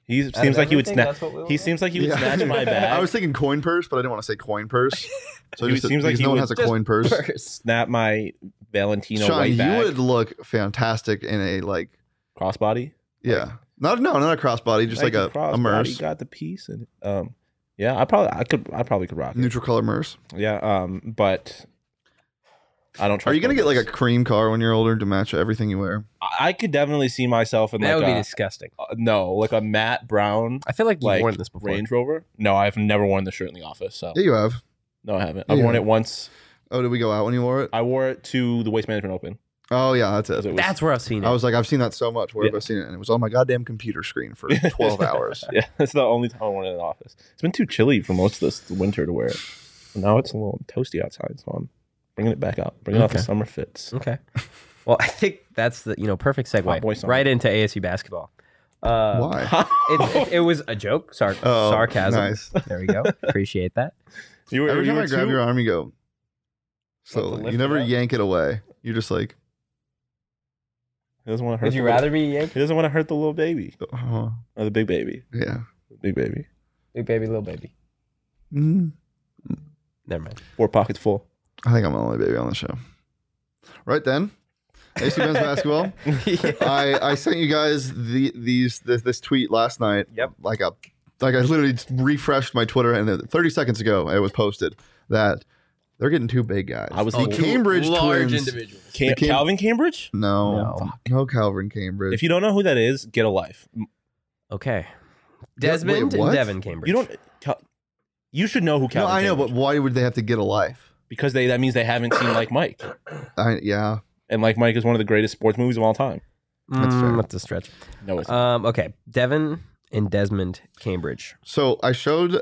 C: He
A: Out
C: seems
A: of
C: like he would
A: everything,
C: snap.
A: that's what we
C: He
A: want.
C: seems like he would
B: Yeah.
C: snatch my bag.
B: I was thinking coin purse, but I didn't want to say coin purse. So
C: He
B: just
C: seems
B: seems
C: like
B: like
C: he
B: no one
C: would
B: has a
A: just
B: coin purse.
A: First.
C: snap my Valentino
B: Sean,
C: white
B: you
C: bag
B: would look fantastic in a like
C: crossbody.
B: yeah. Not no, not a crossbody, just like,
C: the
B: a, a merce.
C: Got the piece and um, yeah, I probably I could I probably could rock it.
B: Neutral color merce.
C: Yeah, um, but I don't. Trust
B: Are you gonna
C: my
B: get like a
C: looks.
B: cream car when you're older to match everything you wear?
C: I I could definitely see myself in
A: That
C: like
A: would be
C: a
A: disgusting.
C: uh, no, like a matte brown
A: I feel like you've
C: like
A: worn this before.
C: Range Rover. No, I've never worn the shirt in the office. So
B: Yeah, you have.
C: no, I haven't.
B: Yeah,
C: I've
B: you
C: worn
B: have.
C: it once.
B: Oh, did we go out when you wore it?
C: I wore it to the Waste Management Open.
B: Oh yeah, that's
C: 'cause
B: it.
C: Uh, it was-
A: That's where I've seen it.
B: I was like, I've seen that so much. Where have
C: Yeah.
B: I seen it? And it was on my goddamn computer screen for 12 hours.
C: yeah, that's the only time I worn it in the office. It's been too chilly for most of this winter to wear it. Now it's a little toasty outside, so I'm bringing it back out, bringing out the
A: Okay.
C: summer fits.
A: okay. Well, I think that's the you know perfect
C: Hot boy
A: segue
C: summer.
A: right into ASU basketball. Uh,
B: Why?
A: It, it, it was a joke, sar-
B: Oh,
A: sarcasm.
B: nice.
A: There we go. Appreciate that.
C: You were,
B: Every
C: you
B: time
C: were
B: I grab
C: too-
B: your arm, you go
C: Like to
B: slowly.
C: lift
B: You never
C: it up?
B: yank it away. You're just like,
C: He doesn't want to hurt.
A: Would you
C: the little-
A: rather be Yankee?
C: He doesn't want to hurt the little baby
B: oh,
C: or the big baby.
B: yeah.
C: Big baby.
A: Big baby, little baby.
B: Mm.
A: Never mind.
C: Four pockets full.
B: I think I'm the only baby on the show. Right then, AC men's basketball. I, I sent you guys the these this, this tweet last night.
A: Yep.
B: Like a like I literally just refreshed my Twitter and then 30 seconds ago it was posted that They're getting two big guys.
C: I was
B: the
C: thinking-
B: Cambridge
H: large
B: twins.
H: individuals.
C: Cam-
B: Cam-
C: Calvin Cambridge.
B: No, no, Calvin Cambridge.
C: If you don't know who that is, get a life.
A: Okay.
B: Yeah, wait,
A: Desmond and
B: what?
A: Devin Cambridge.
C: You don't. Cal- you should know who
B: no,
C: Calvin.
B: I know,
C: Cambridge
B: but why would they have to get a life?
C: because they that means they haven't seen like Mike,
B: I yeah.
C: and like Mike is one of the greatest sports movies of all time.
A: That's,
B: That's fair.
A: Mm. that's a stretch.
C: No, it's
A: Um, okay. Devin and Desmond Cambridge.
B: So I showed.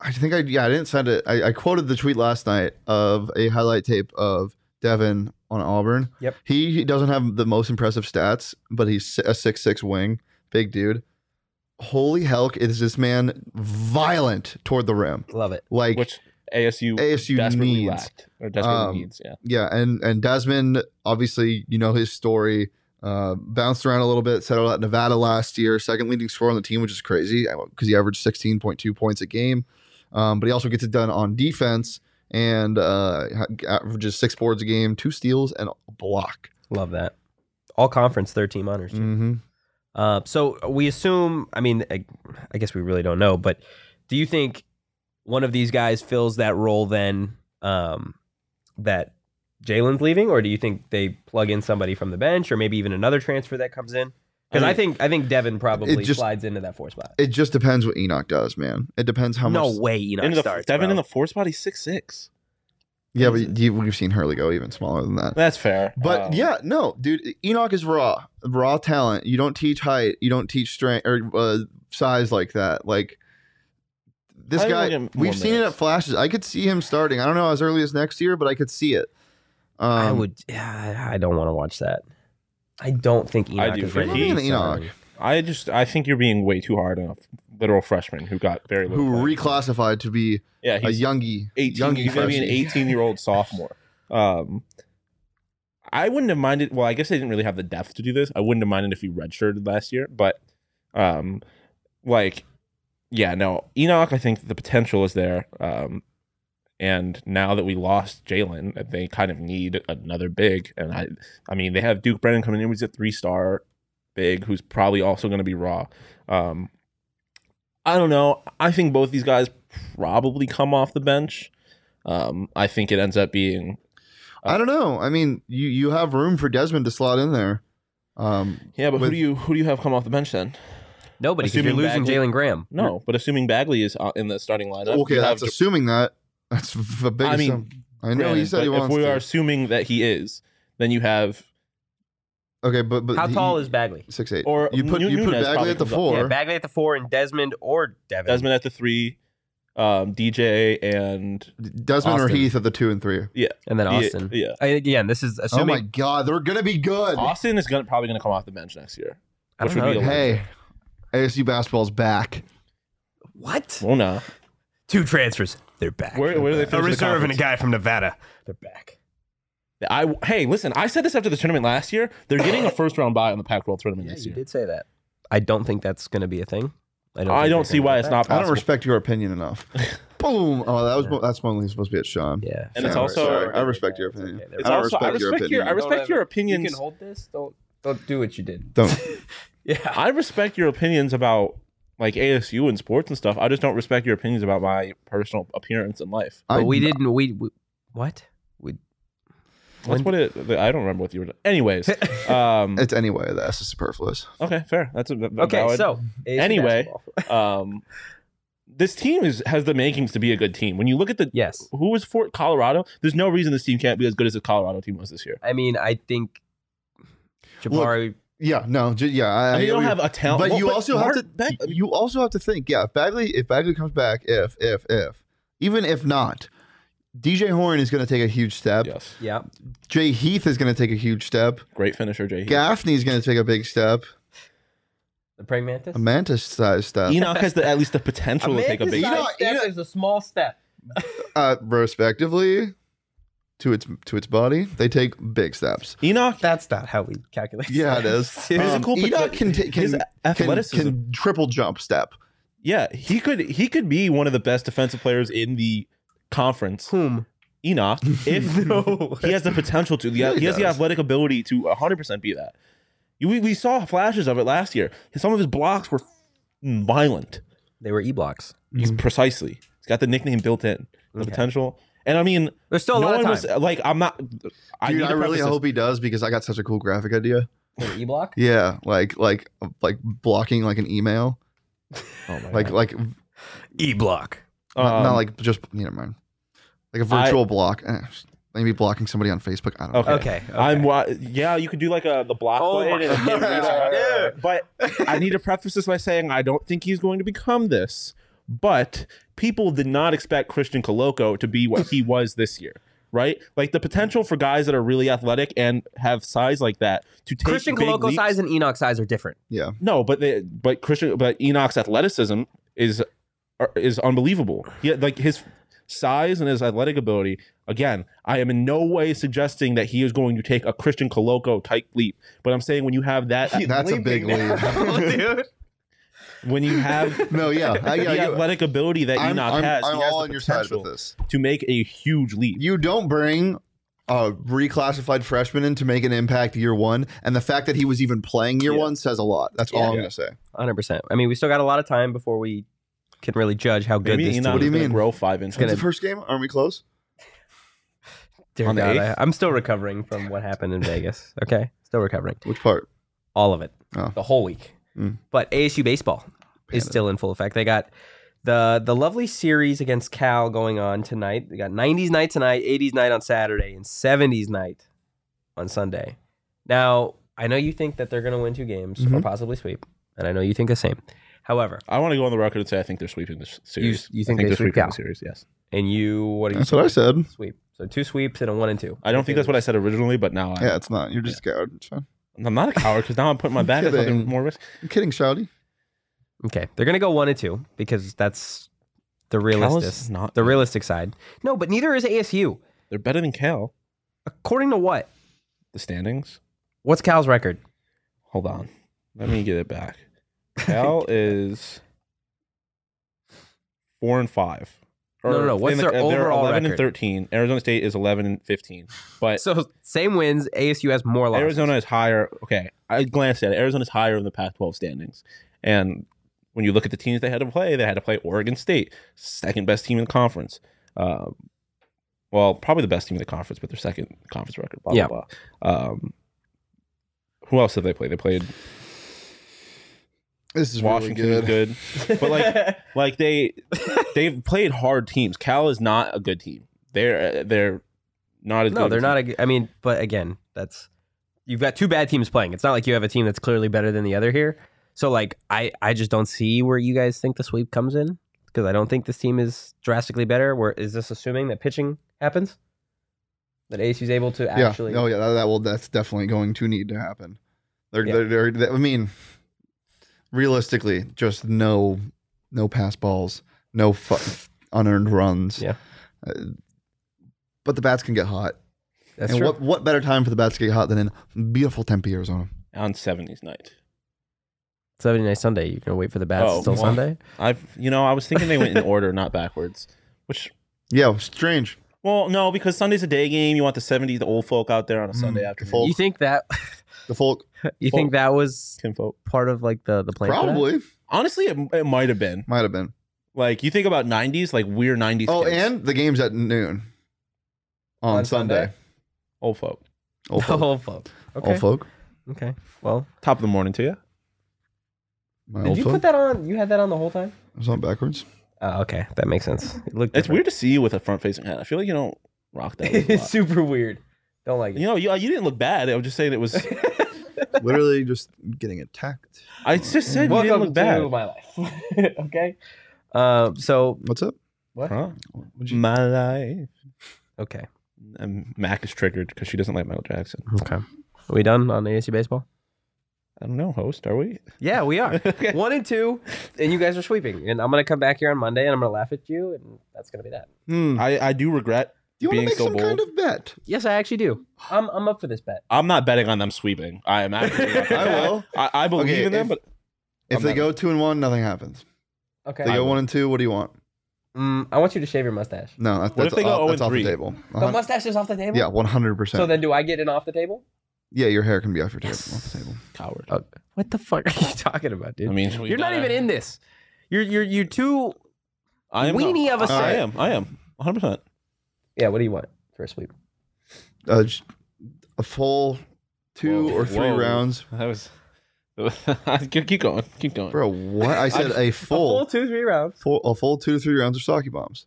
B: I think I yeah I didn't send it. I, I quoted the tweet last night of a highlight tape of Devin on Auburn.
A: Yep.
B: He, he doesn't have the most impressive stats, but he's a six six wing, big dude. Holy hell! Is this man violent toward the rim?
A: Love it.
B: Like
C: which ASU
B: ASU
C: desperately
B: needs.
C: lacked or desperately
B: Um,
C: needs. Yeah,
B: yeah and and desmond obviously you know his story uh bounced around a little bit settled at nevada last year second leading scorer on the team which is crazy because he averaged 16.2 points a game um, but he also gets it done on defense and uh ha- averages six boards a game two steals and a block
A: Love that. All conference, third team honors. too.
B: mm-hmm.
A: Uh, so we assume, I mean, I, I guess we really don't know, but do you think one of these guys fills that role then um, that Jalen's leaving, or do you think they plug in somebody from the bench, or maybe even another transfer that comes in? Because I,
C: mean,
A: think I think Devin probably
B: just-
A: slides into that four spot.
B: it just depends what enoch does man it depends how
A: no
B: much
A: way, you know,
C: into the,
A: starts,
C: Devin
A: bro.
C: in the fourth spot, he's six six.
B: yeah but you, we've seen hurley go even smaller than that
C: That's fair.
B: But
C: Um,
B: yeah, no, dude, E-, Enoch is raw, raw talent. You don't teach height, you don't teach strength or uh, size like that. Like this
C: I would give
B: guy,
C: him more
B: we've seen it
C: minutes.
B: at flashes. I could see him starting. I don't know as early as next year, but I could see it. Um,
A: I would. Yeah, I don't want to watch that. I don't think Enoch.
C: I do
A: Is gonna
C: think
A: be
B: he's-
A: somebody.
B: Enoch.
C: I just I think you're being way too hard on a f- literal freshman who got very little.
B: who
C: playing time.
B: reclassified to be
C: Yeah,
B: a
C: he's
B: youngie,
C: 18.
B: youngie
C: He's going to be an
B: freshman.
C: 18 year old sophomore. Um, I wouldn't have minded. Well, I guess they didn't really have the depth to do this. I wouldn't have minded if he redshirted last year, but um, like, yeah, no, Enoch. I think the potential is there. Um, and now that we lost Jalen, they kind of need another big. And I, I mean, they have Duke Brennan coming in. He's a three star big who's probably also going to be raw. Um, I don't know. I think both these guys probably come off the bench. Um, I think it ends up being
B: I don't know. I mean, you you have room for Desmond to slot in there. Um,
C: yeah, but
B: With-
C: who do you who do you have come off the bench then?
A: Nobody, because you're
C: Assuming
A: losing
C: Bagley-
A: Jalen Graham.
C: No, but assuming Bagley is uh, in the starting lineup,
B: okay,
C: you have
B: that's
C: Ja-
B: assuming that. That's the biggest.
C: I mean,
B: I know he
C: Granted,
B: said he
C: but
B: wants
C: if we
B: to.
C: are assuming that he is, then you have
B: okay, but but
A: How
B: he-
A: tall is Bagley?
B: six eight.
C: Or
B: you put
C: Nu-
B: you put
C: Nunez
B: Bagley
C: probably
B: at the
C: comes up.
B: four.
A: yeah, Bagley at the four and Desmond or Devin.
C: Desmond at the three, um, DJ and
B: Desmond
A: Austin.
B: or Heath at the two and three.
A: and then Austin.
C: Yeah, yeah.
A: I, again, this is
B: oh my
A: assuming.
B: god, they're gonna be good.
C: Austin is gonna probably gonna come off the bench next year.
A: I don't
C: which would be
A: know.
C: a-
B: Hey, ASU basketball's back.
A: what?
C: Well, no,
A: Two transfers. They're back.
C: where, where do they
E: A
C: finish the
E: reserve and a
C: conference?
E: guy from Nevada.
A: They're back.
C: I hey, listen, I said this after the tournament last year. They're getting a first round bye on the Pac-12 tournament
A: Yeah,
C: this
A: you
C: year.
A: did say that. I don't think that's going to be a thing.
C: I
A: think
C: don't
A: they're
C: see
A: gonna
C: why
A: go
C: it's
A: back.
C: not
B: I don't
C: possible.
B: respect your opinion enough. Boom. Oh, that was mo- that's only supposed to be at Sean.
A: Yeah.
C: And it's
B: Sorry,
C: also-
B: sorry. I respect your opinion.
A: okay.
C: It's
B: I don't
C: also- I
B: respect your
C: respect your,
B: opinion.
C: I respect your opinions.
A: hold this. Don't don't do what you did.
B: Don't.
A: Yeah.
C: I respect your opinions about like ASU and sports and stuff. I just don't respect your opinions about my personal appearance in life.
A: But
B: I-
A: we didn't. We, we what? We,
C: That's
A: When-
C: what it. I don't remember what you were. Anyways, um,
B: It's anyway. That's just superfluous.
C: okay, fair. That's a, a
A: okay.
C: valid-
A: So ASU
C: Anyway.
A: basketball.
C: um, this team is has the makings to be a good team. When you look at the
A: yes.
C: who was Fort Colorado, there's no reason this team can't be as good as the Colorado team was this year.
A: I mean, I think Jabari.
B: Yeah. No. Ju- yeah.
C: I,
B: I,
C: mean, you don't
B: I-
C: have a talent,
B: Uh, But
C: well,
B: you also have
C: Mark
B: to.
C: Beck-
B: you also have to think. Yeah. If Bagley, if Bagley comes back, if if if, even if not, DJ Horn is going to take a huge step.
C: uh, yes,
A: yeah.
B: Jay Heath is going to take a huge step.
C: great finisher, Jay. Heath.
B: Gaffney is going to take a big step.
A: The praying mantis.
B: A mantis size step.
C: Enoch has the, at least the potential to take a big.
B: mantis-
A: mantis-sized
B: Enoch-
A: step
B: Enoch-
A: is a small step.
B: uh, respectively to its to its body, they take big steps.
C: Enoch
A: That's not how we calculate.
B: Yeah, it is.
C: Physical
B: um, Enoch
C: poten-
B: can, ta- can,
C: his
B: can-
C: athleticism.
B: can, triple jump step.
C: Yeah, he could he could be one of the best defensive players in the conference.
A: Whom?
C: Enoch, if
A: No.
C: he has the potential to, the,
B: Yeah, he
C: he has the
B: does.
C: athletic ability to 100% be that. We, we saw flashes of it last year. Some of his blocks were violent.
A: They were E blocks.
B: Mm-hmm.
C: He's precisely. He's got the nickname built in. The
A: Okay.
C: potential. And I mean,
A: There's still a
C: no
A: lot
C: one
A: of time.
C: was like, I'm not. I,
B: Dude,
C: need
B: I,
C: to
B: really
C: preface this.
B: hope he does because I got such a cool graphic idea.
A: E block.
B: Yeah, like like like blocking like an email,
C: Oh my
B: like
C: God.
B: like
A: E block.
B: not, not
C: Um,
B: like just never mind, like a
C: I-
B: virtual block. Eh, maybe blocking somebody on Facebook. I don't know.
C: Okay.
A: Okay.
C: I'm wa- yeah, you could do like a the block
A: Oh
C: button
A: my-
C: and hit it.
A: Yeah.
C: but I need to preface this by saying I don't think he's going to become this. But people did not expect Christian Coloco to be what he was this year, right? Like the potential for guys that are really athletic and have size like that to take
A: Christian
C: big
A: Coloco
C: leaps-
A: size and Enoch size are different.
C: No, but they, but Christian but Enoch's athleticism is are- is unbelievable. Yeah, like his size and his athletic ability. Again, I am in no way suggesting that he is going to take a Christian Coloco type leap, but I'm saying when you have that
B: That's a big leap.
A: Dude.
C: when you have
B: no, yeah, I,
C: the
B: yeah, you-
C: athletic ability that
B: I'm,
C: Enoch
B: I'm-
C: has,
B: I'm
C: he has
B: all
C: the
B: on your side with
C: potential
B: this.
C: to make a huge leap.
B: You don't bring a reclassified freshman in to make an impact year one, and the fact that he was even playing year
C: Yeah.
B: one says a lot. That's all I'm gonna say.
A: 100%. I mean, we still got a lot of time before we can really judge how good
C: Maybe
A: this
C: Enoch
B: What do
A: team
B: you
C: is gonna
B: mean?
C: grow five inches.
B: What's the first game? Aren't we close?
A: Dear
C: On the
A: God, I,
C: eighth?
A: I'm still recovering from what happened in Vegas. Okay, still recovering.
B: Which part?
A: All of it,
B: Oh.
A: the whole week.
B: Mm.
A: But ASU baseball is still in full effect. They got the the lovely series against Cal going on tonight. They got 90s night tonight, 80s night on Saturday, and 70s night on Sunday. Now I know you think that they're going to win two games or
B: Mhm.
A: possibly sweep, and I know you think the same. However,
C: I want to go on the record and say I think they're sweeping this series.
A: you
C: I
A: think they
C: they're
A: sweep
C: sweeping
A: Cal?
C: the series? Yes.
A: and you, what do you
B: That's what I said.
A: sweep? So two sweeps and a one and two.
C: I don't think that's what I said originally, but now I,
B: Yeah, it's not. You're just a coward. It's fine.
C: I'm not a coward because now I'm putting my back at something
B: Kidding.
C: more risk.
B: I'm kidding, Shouty.
A: Okay, they're gonna go one and two because that's the
C: Cal
A: realistic,
C: is not.
A: the realistic side. No, but neither is ASU.
C: They're better than Cal.
A: According to what?
C: The standings.
A: What's Cal's record?
C: Hold on. Let me get it back. Cal is four and five.
A: No, no, no. What's
C: and
A: their
C: uh, they're
A: overall
C: eleven
A: record?
C: and thirteen. Arizona State is eleven and fifteen. But
A: So same wins. ASU has more losses.
C: Arizona is higher. Okay, I glanced at it. Arizona's higher in the Pac-12 standings, and when you look at the teams they had to play, they had to play Oregon State, second best team in the conference. Um, well, probably the best team in the conference, but their second conference record. Blah
A: Yeah.
C: blah blah. Um, who else did they play? They played
B: This is
C: Washington
B: really
C: is good, but like like they they've played hard teams. Cal is not a good team. They're they're not as
A: no,
C: good
A: they're
C: a
A: not. A, g- I mean, but again, that's you've got two bad teams playing. It's not like you have a team that's clearly better than the other here. So like, I I just don't see where you guys think the sweep comes in because I don't think this team is drastically better. Where is this assuming that pitching happens? That ASU is able to
B: Yeah.
A: actually.
B: Oh yeah. That, that will. That's definitely going to need to happen. They're,
A: Yeah.
B: they're, they're, I mean, realistically, just no, no pass balls, no fu- unearned runs.
A: Yeah.
B: Uh, but the bats can get hot.
A: that's
B: and
A: true.
B: what what better time for the bats to get hot than in beautiful Tempe, Arizona?
C: on seventies night.
A: Saturday night, Sunday. You're gonna wait for the bats
C: Oh,
A: until
C: well.
A: Sunday.
C: I've you know I was thinking they went in order, not backwards, which
B: Yeah, strange.
C: Well, no, because Sunday's a day game. You want the 70s, the old folk out there on a
B: Mm,
C: Sunday
B: the
C: afternoon.
B: folk.
A: You think that?
B: The folk
A: You think that was
C: Tim folk.
A: part of like the the plan? for that?
B: probably
C: Honestly, it, it might have been.
B: might have been.
C: Like, you think about 90s, like, we're 90s.
B: Oh,
C: kids.
B: and the game's at noon on,
A: On
B: Sunday.
A: Sunday?
C: Old folk.
B: Old
A: The
B: folk.
A: whole folk. Oh, Okay.
B: Old folk.
A: Okay. Well,
C: Top of the morning to you.
B: My
A: did
B: old
A: you
B: folk.
A: put that on? You had that on the whole time?
B: It's not backwards.
A: Oh, okay. That makes sense. It looked
C: It's
A: different.
C: weird to see you with a front facing hat. I feel like you don't rock that. a
A: it's
C: lot.
A: super weird. Don't like
C: You
A: it.
C: know, you, you didn't look bad. I was just saying it was.
B: Literally just getting attacked.
C: I just said you didn't
A: Welcome
C: look
A: to
C: bad.
A: my life. okay. Um. So
B: What's up?
C: Huh?
B: What'd you-
C: My life.
A: okay.
C: And Mac is triggered because she doesn't like Michael Jackson.
A: Okay. Are we done on ASU baseball?
C: I don't know, host. Are we?
A: Yeah, we are.
C: Okay.
A: One and two, and you guys are sweeping. And I'm gonna come back here on Monday, and I'm gonna laugh at you, and that's gonna be that.
B: Hmm.
C: I, I do regret.
B: Do you want to
C: being
B: make
C: so
B: some kind
C: bold.
B: of bet?
A: Yes, I actually do. I'm I'm up for this bet.
C: I'm not betting on them sweeping. I am actually.
B: I will.
C: I, I believe
B: Okay,
C: in them,
B: if-
C: but
B: If
C: I'm
B: they
C: not-
B: go two and one, nothing happens.
A: Okay.
B: They go one and two. What do you want?
A: Mm, I want you to shave your mustache.
B: No, that,
C: What
B: that's,
C: if they go
B: off-
C: 0 and
B: that's off the
C: 3?
B: table.
A: The
B: Uh-huh.
A: mustache is off the table.
B: Yeah, one hundred percent.
A: So then, do I get it off the table?
B: Yeah, your hair can be off your table.
A: Yes.
B: Off the table.
C: coward.
A: What the fuck are you talking about, dude?
C: I mean,
A: you're not even in this. You're you're you're too.
C: I am
A: weenie
C: not-
A: of a
C: I
A: set.
C: am. I am. 100. percent
A: Yeah, what do you want for a sweep?
B: Uh, just a full two
C: Whoa.
B: or three
C: Whoa.
B: rounds.
C: That was. keep keep going. Keep going.
B: Bro, what? I said a full,
A: two, three rounds.
B: full, a full two to three rounds of sake bombs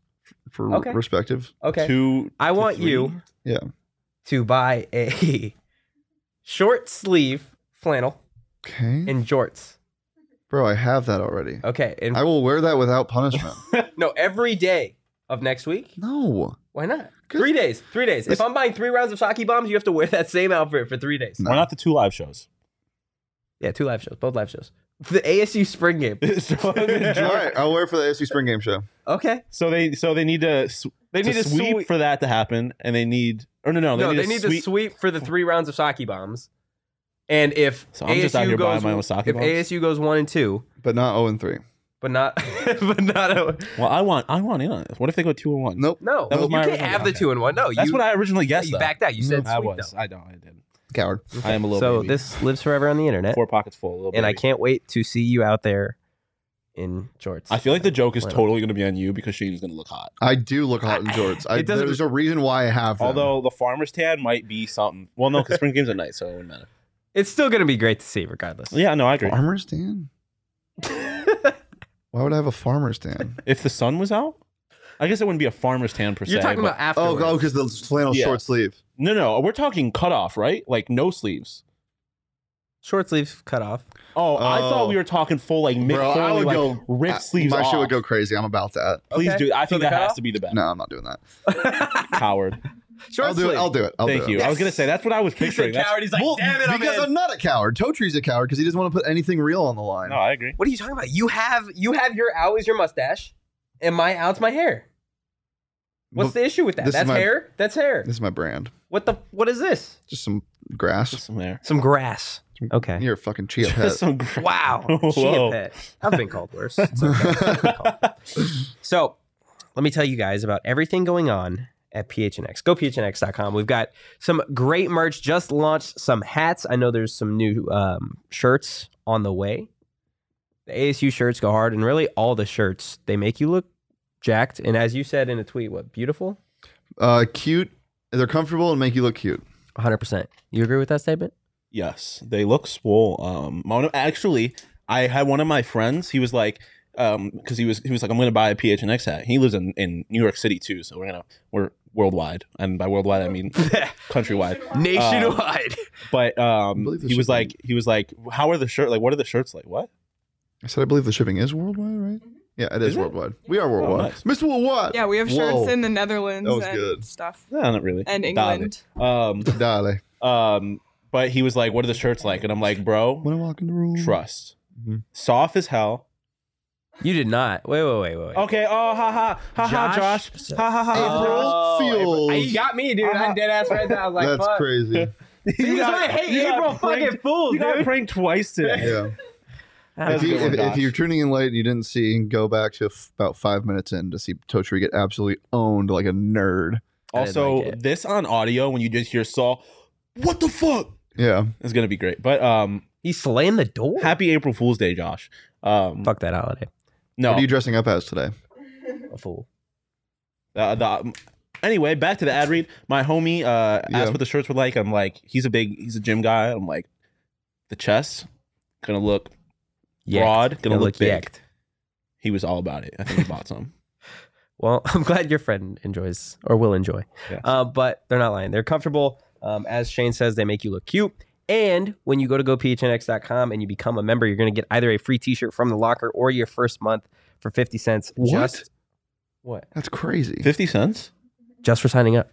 B: for
A: Okay.
B: respective.
A: Okay.
C: Two.
A: I
C: to
A: want
C: three?
A: you
B: Yeah.
A: to buy a short sleeve flannel
B: Okay.
A: and jorts.
B: Bro, I have that already.
A: Okay. And
B: I will wear that without punishment.
A: no, every day of next week.
B: no.
A: Why not?
B: 'Cause-
A: Three days. Three days. If
B: Listen-
A: I'm buying three rounds of sake bombs, you have to wear that same outfit for three days.
B: No.
C: Why not the two live shows?
A: Yeah, two live shows, both live shows. The ASU spring game.
B: All right, I'll wear it for the ASU Spring Game Show.
A: Okay.
C: So they so they need to s-
A: They
C: to
A: need a
C: sweep
A: sweep.
C: for that to happen, and they need or no no they
A: no,
C: need,
A: they
C: a
A: need
C: sweep.
A: to sweep for the three rounds of sake bombs. And if
C: So I'm just out
A: ASU
C: here buying
A: goes-
C: my own sake
A: if
C: bombs?
A: ASU goes one and two,
B: But not 0 and 3.
A: but not, but not, a,
C: Well, I want I want in on it. What if they go two and one?
B: Nope.
A: no,
C: That
A: you
C: was my
A: can't
C: original-
A: have the
C: okay.
A: two and one. No,
C: that's
A: you,
C: what I originally guessed.
A: you
C: though.
A: backed out. You said
C: I
A: sweep,
C: was.
A: though.
C: I know. I did.
B: Coward.
C: I am a little.
A: So
C: baby.
A: this lives forever on the internet,
C: four pockets full. Little
A: and I
C: baby.
A: can't wait to see you out there in shorts.
C: I feel like the joke is
A: Why not?
C: totally going to be on you because Shane's going to look hot.
B: I do look hot in jorts. I,
A: It doesn't-
B: there's a reason why I have them.
C: Although the farmer's tan might be something. Well, no, because spring games at night, so it wouldn't matter.
A: it's still gonna be great to see, regardless.
C: Yeah, no, I agree.
B: Farmer's tan? Why would I have a farmer's tan?
C: If the sun was out, I guess it wouldn't be a farmer's tan per se.
A: You're talking
C: but-
A: about after.
B: oh, oh, because the flannel
C: Yeah.
B: short sleeve.
C: no, no, we're talking cutoff, right? Like no sleeves.
A: short sleeve cut off.
C: Oh, I
B: Oh.
C: thought we were talking full like Mick
B: Bro, I
C: Foley,
B: would
C: like,
B: go-
C: rip
B: I-
C: sleeves.
B: My
C: off.
B: shit would go crazy. I'm about that.
C: Please
A: Okay.
C: do. I
A: So
C: think
A: the
C: that has
A: cutoff?
C: to be the best.
B: No, I'm not doing that.
C: Coward.
A: Short
B: I'll do
A: sleeve.
B: it. I'll do it. I'll
C: Thank
B: do
C: you.
B: It.
C: I was
A: Yes.
C: gonna say that's what I was
A: He
C: picturing.
A: said
C: That's-
A: coward. He's like,
B: Well,
A: damn it, I'm
B: because
A: in."
B: I'm not a coward. Toe Tree's a coward because he doesn't want to put anything real on the line.
C: no, I agree.
A: What are you talking about? You have you have your out is your mustache, and my out's my hair. What's
B: But
A: the issue with that?
B: this is
A: That's
B: my-
A: hair. That's hair.
B: This is my brand.
A: What the? What is this?
B: Just some grass.
C: Just some there.
A: Some grass. Okay.
B: You're a fucking chia pet.
C: Just some gra-
A: Wow.
C: Whoa.
A: Chia pet. I've been called worse. It's okay. I've been called worse. so, let me tell you guys about everything going on at PHNX. Go PHNX.com. We've got some great merch. Just launched some hats. I know there's some new um, shirts on the way. The ASU shirts go hard, and really all the shirts they make you look jacked. And as you said in a tweet, what beautiful.
B: Uh, cute. They're comfortable and make you look cute.
A: 100%. You agree with that statement?
C: Yes, they look swole. Um, one of- actually, I had one of my friends. He was like, um, because he was he was like, I'm gonna buy a PHNX hat. He lives in in New York City too, so we're gonna we're worldwide, and by worldwide I mean countrywide.
A: Nationwide.
C: But
B: I
C: um,
B: believe this
C: he was
B: should be-
C: like, he was like, how are the shirt? Like, what are the shirts like? What?
B: I said I believe the shipping is worldwide, right? Yeah, it is,
C: Is it? Oh,
B: worldwide. We are worldwide.
C: nice.
B: Mr. Worldwide.
F: Yeah, we have shirts
B: Whoa.
F: in the Netherlands
B: That was
F: and
B: good.
F: stuff.
C: No, not really.
F: And
C: Stop
F: England.
C: it. Um,
B: Dale.
C: um, but he was like, what are the shirts like? And I'm like, bro,
B: When I walk in the room.
C: trust.
B: Mhm.
C: Soft as hell.
A: You did not. Wait, wait, wait, wait. wait.
C: Okay. Oh, ha ha ha ha,
A: Josh?
C: Josh. Ha ha ha.
B: April
C: April.
A: Oh,
B: Fields.
A: Hey, you got me, dude. I'm dead ass right now. I was like,
B: That's
A: fuck.
B: crazy.
A: See,
C: You
A: that's
C: got-
A: why I hate
C: you got
A: April
C: pranked.
A: fucking fools,
C: You got
A: dude.
C: pranked twice today.
B: Yeah.
A: That
B: If,
A: was
C: a
B: you,
C: good one,
B: if, if
C: Josh.
B: you're tuning in late and you didn't see, go back to f- about five minutes in to see Totri get absolutely owned like a nerd.
A: I didn't
C: Also,
A: like it.
C: this on audio when you just hear Saul, what the fuck?
B: Yeah.
C: It's gonna be great. But um,
A: He slammed the door.
C: happy April Fool's Day, Josh. Um,
A: Fuck that holiday.
C: no,
B: What are you dressing up as today?
A: A fool.
C: uh, the- anyway, back to the ad read. My homie uh
B: Yeah.
C: asked what the shirts were like. I'm like, he's a big, he's a gym guy. I'm like, the chest gonna look broad,
A: Gonna
C: gonna, look,
A: look
C: big.
A: yacked.
C: He was all about it. I think he bought some.
A: Well, I'm glad your friend enjoys or will enjoy.
C: Yes.
A: Uh, but they're not lying. They're comfortable. Um, as Shane says, they make you look cute. And when you go to gophnx.com and you become a member, you're going to get either a free T-shirt from the locker or your first month for fifty cents.
B: What?
A: Just what?
B: That's crazy.
C: Fifty cents.
A: Just for signing up.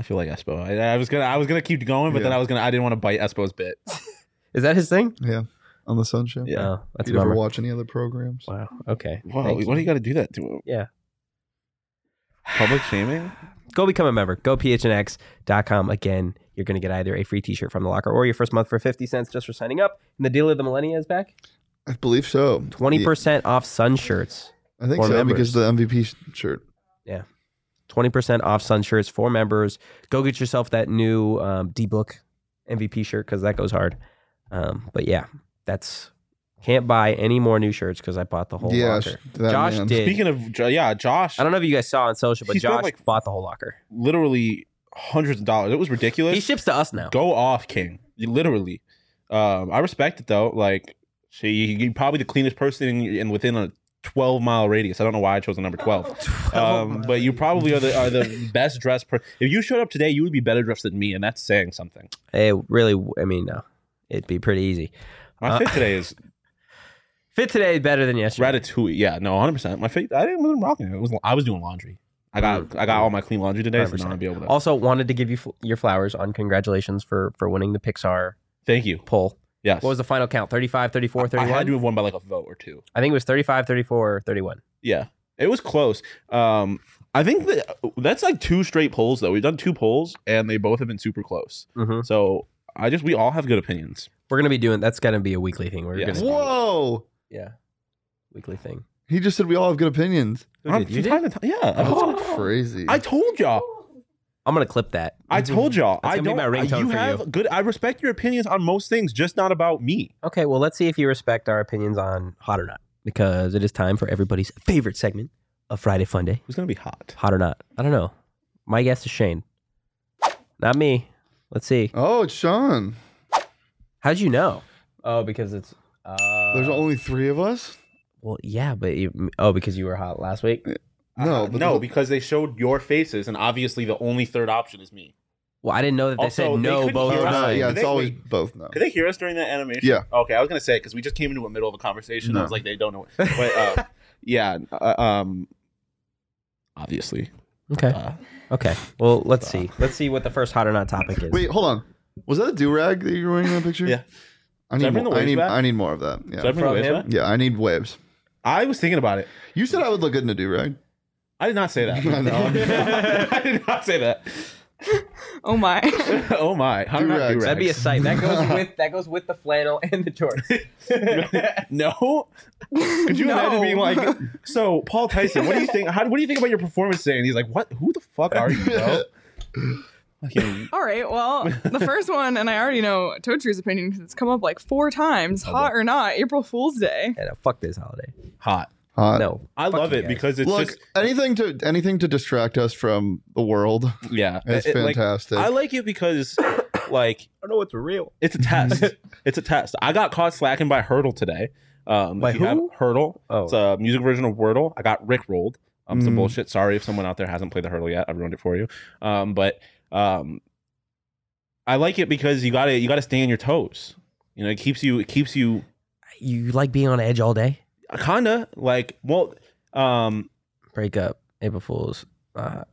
C: I feel like Espo. I, I was gonna, I was gonna keep going, but then
B: Yeah.
C: I was gonna, I didn't want to bite Espo's bit.
A: Is that his thing?
B: On the Sun Show?
C: Yeah.
A: Oh, that's a
B: Do you ever
A: bummer.
B: watch any other programs?
A: Wow. Okay.
C: Wow,
A: Thank you.
C: why do you got to do that to him?
A: Yeah.
C: Public shaming?
A: go become a member. Go phnx.com. Again, you're going to get either a free t-shirt from the locker or your first month for 50 cents just for signing up. And the deal of the millennia is back.
B: I believe so.
A: 20% off sun shirts.
B: I think
A: Or
B: so
A: members.
B: because the MVP shirt.
A: 20% off sun shirts for members. Go get yourself that new um, D-Book MVP shirt because that goes hard. Um, but yeah, that's Can't buy any more new shirts because I bought the whole
B: yeah,
A: locker.
B: sh- that
A: Josh
B: man.
A: did.
C: Speaking of, Jo- yeah, Josh,
A: I don't know if you guys saw on social, but
C: He's
A: Josh
C: got, like-
A: bought the whole locker.
C: literally hundreds of dollars. It was ridiculous.
A: He ships to us now.
C: Go off, King. You Literally. Um, I respect it though. Like, she, you're probably the cleanest person in, in within a 12 mile radius. I don't know why I chose the number 12. um, but you probably are the, are the best dressed person. If you showed up today, you would be better dressed than me, and that's saying something.
A: It really, I mean, no, it'd be pretty easy.
C: My
A: Uh,
C: fit today is
A: Fit today is better than yesterday.
C: ratatouille. Yeah, no, 100%. My fit, I didn't wasn't rocking it. It was I was doing laundry. I got I got all my clean laundry today, so now I'll
A: 100%.
C: be able to.
A: Also, wanted to give you fl- your flowers on congratulations for for winning the Pixar
C: Thank you.
A: poll.
C: Yes.
A: What was the final count? 35, 34,
C: I
A: 31? I,
C: had to have won by like a vote or two.
A: think it was 35, 34, 31.
C: Yeah, it was close. Um, I think that that's like two straight polls though. We've done two polls and they both have been super close.
A: Mhm.
C: So I just we all have good opinions.
A: We're going to be doing that's going to be a weekly thing. We're
C: Yeah.
A: going to
B: Whoa!
A: Yeah. Weekly thing.
B: He just said we all have good opinions.
A: Okay,
C: I'm-
A: you
C: from time to time- yeah, I,
B: That's
C: told,
B: crazy.
C: Oh. I told y'all.
A: I'm going to clip that. Mm-hmm.
C: I told y'all.
A: That's
C: I
A: gonna
C: don't.
A: be my ringtone
C: you
A: for
C: have
A: you.
C: good. I respect your opinions on most things, just not about me.
A: Okay, well, let's see if you respect our opinions on hot or not because it is time for everybody's favorite segment of Friday Fun Day.
C: Who's gonna be hot?
A: Hot or not? I don't know. My guess is Shane. Not me. Let's see.
B: oh, it's Sean.
A: How'd you know? Oh, because it's. Uh,
B: There's only three of us.
A: Well, yeah, but you, oh, because you were hot last week.
B: No,
C: Uh,
B: but
C: no,
B: the-
C: because they showed your faces, and obviously the only third option is me.
A: Well, I didn't know that they
C: Also,
A: said
C: they
A: no
C: couldn't
A: both
C: hear
B: Oh,
C: us.
B: no,
A: times.
B: yeah,
C: Did
B: it's
C: they-
B: always both. No.
C: Could they hear us during that animation?
B: Yeah.
C: Okay, I was gonna say because we just came into a middle of a conversation. I
B: No.
C: was like, they don't know. But uh, yeah, uh, um, obviously,
A: Okay,
C: uh,
A: okay. Well, let's see. Let's see what the first hot or not topic is.
B: Wait, hold on. Was that a do rag that you were wearing in that picture?
C: Yeah.
B: I
C: Should I
B: need,
C: bring
B: more,
C: the
B: I,
C: waves
B: need,
C: back?
B: I need more of that. Yeah.
C: Should I bring the
A: From
C: waves
A: him?
C: back?
B: yeah, I need waves.
C: I was thinking about it.
B: You said I would look good in a do rag.
C: I did not say that.
B: I know.
C: I did not say that.
F: Oh my.
C: oh my! How did I not
B: Do-rags.
C: do
A: That'd be a
C: rags?
A: sight. That goes with that goes with the flannel and the shorts.
C: no. Could you
F: No.
C: imagine being like, so Paul Tyson? What do you think? How, what do you think about your performance today? And he's like, what? Who the fuck are you, bro? Fucking-
F: All right, well, the first one, and I already know Toadstree's opinion because it's come up like four times, hot or not, April Fool's Day.
A: Yeah, no, uh, fuck this holiday.
C: hot.
B: Hot.
A: No,
C: I
A: Fuck
C: love
A: you
C: it
A: guys.
C: because it's
B: Look,
C: just
B: anything to anything to distract us from the world
C: yeah.
B: is
C: It- it, like,
B: fantastic.
C: I like it because, like,
A: I know it's real.
C: it's a test. it's a test. I got caught slacking by Hurdle today. Um, if
A: By
C: you
A: who?
C: have Hurdle.
A: Oh.
C: It's a music version of Wordle. I got Rick rolled. Um, some
B: Mm.
C: bullshit. Sorry if someone out there hasn't played the Hurdle yet. I ruined it for you. Um, but um, I like it because you gotta you gotta stay on your toes. You know, it keeps you it keeps you
A: You like being on edge all day?
C: kinda like well, um,
A: Break up, April Fools. Uh,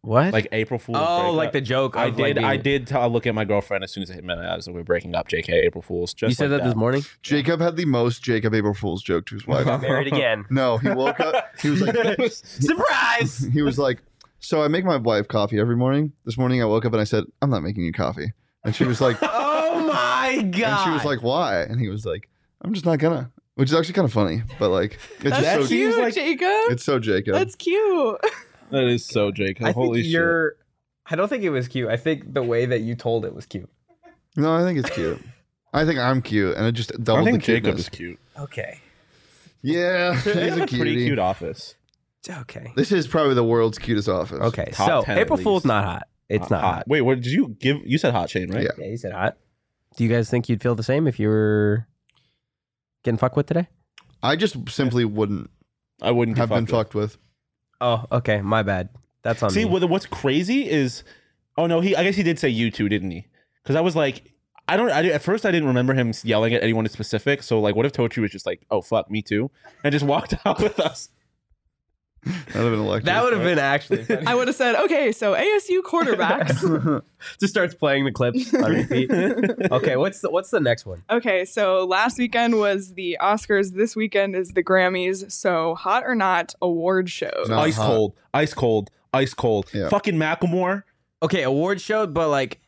A: what?
C: like April Fool's.
A: oh,
C: breakup.
A: like the joke.
C: I
A: of, like,
C: did. I
A: being-
C: did. Tell, look at my girlfriend as soon as I hit my eyes. We're breaking up. Jk. April Fools. Just
A: You said
C: like
A: that this morning.
B: Jacob had the most Jacob April Fool's joke to his wife.
A: Got married again.
B: no, he woke up. He was like,
A: Surprise!
B: he was like, so I make my wife coffee every morning. This morning I woke up and I said, I'm not making you coffee, and she was like,
A: Oh my god!
B: and she was like, why? And he was like, I'm just not gonna. Which is actually kind of funny, but like, it's
F: That's
B: just so
C: cute.
F: cute,
C: seems like-
F: Jacob.
B: it's so Jacob.
F: That's cute.
C: That is so Jacob.
A: I
C: Holy
A: think
C: shit.
A: you're. I don't think it was cute. I think the way that you told it was cute.
B: No, I think it's cute. I think I'm cute, and it just doubled
C: I think
B: the
C: Jacob
B: cuteness.
C: is cute.
A: Okay.
B: Yeah,
C: They
B: he's
C: have
B: a
C: pretty
B: cutie.
C: cute office.
A: Okay.
B: This is probably the world's cutest office.
A: Okay.
C: Top
A: So
C: 10 at
A: April Fool's
C: least.
A: not hot. It's not hot.
C: Wait, what did you give? You said hot chain, right?
B: Yeah.
A: Yeah, you said hot. Do you guys think you'd feel the same if you were getting fucked with today?
B: I just simply wouldn't
C: I wouldn't
B: have
C: get
B: been
C: fucked
B: fucked with.
A: Oh, okay. My bad. That's on
C: with. See,
A: me.
C: what, what's crazy is, oh no, he. I guess he did say you two, didn't he? Because I was like, I don't. I, at first, I didn't remember him yelling at anyone in specific. So like, what if Tochi was just like, oh fuck, me too, and just walked out with us?
B: That'd have been electric.
A: that would have been actually funny.
F: I would have said, okay, so ASU quarterbacks.
A: Just starts playing the clips on repeat. okay, what's the what's the next one?
F: Okay, so last weekend was the Oscars. This weekend is the Grammys. So, hot or not, award shows.
B: No. Not
C: ice
B: hot.
C: cold, ice cold, ice cold.
B: Uh-huh. Yeah.
C: Fucking Macklemore.
A: Okay, award show, but like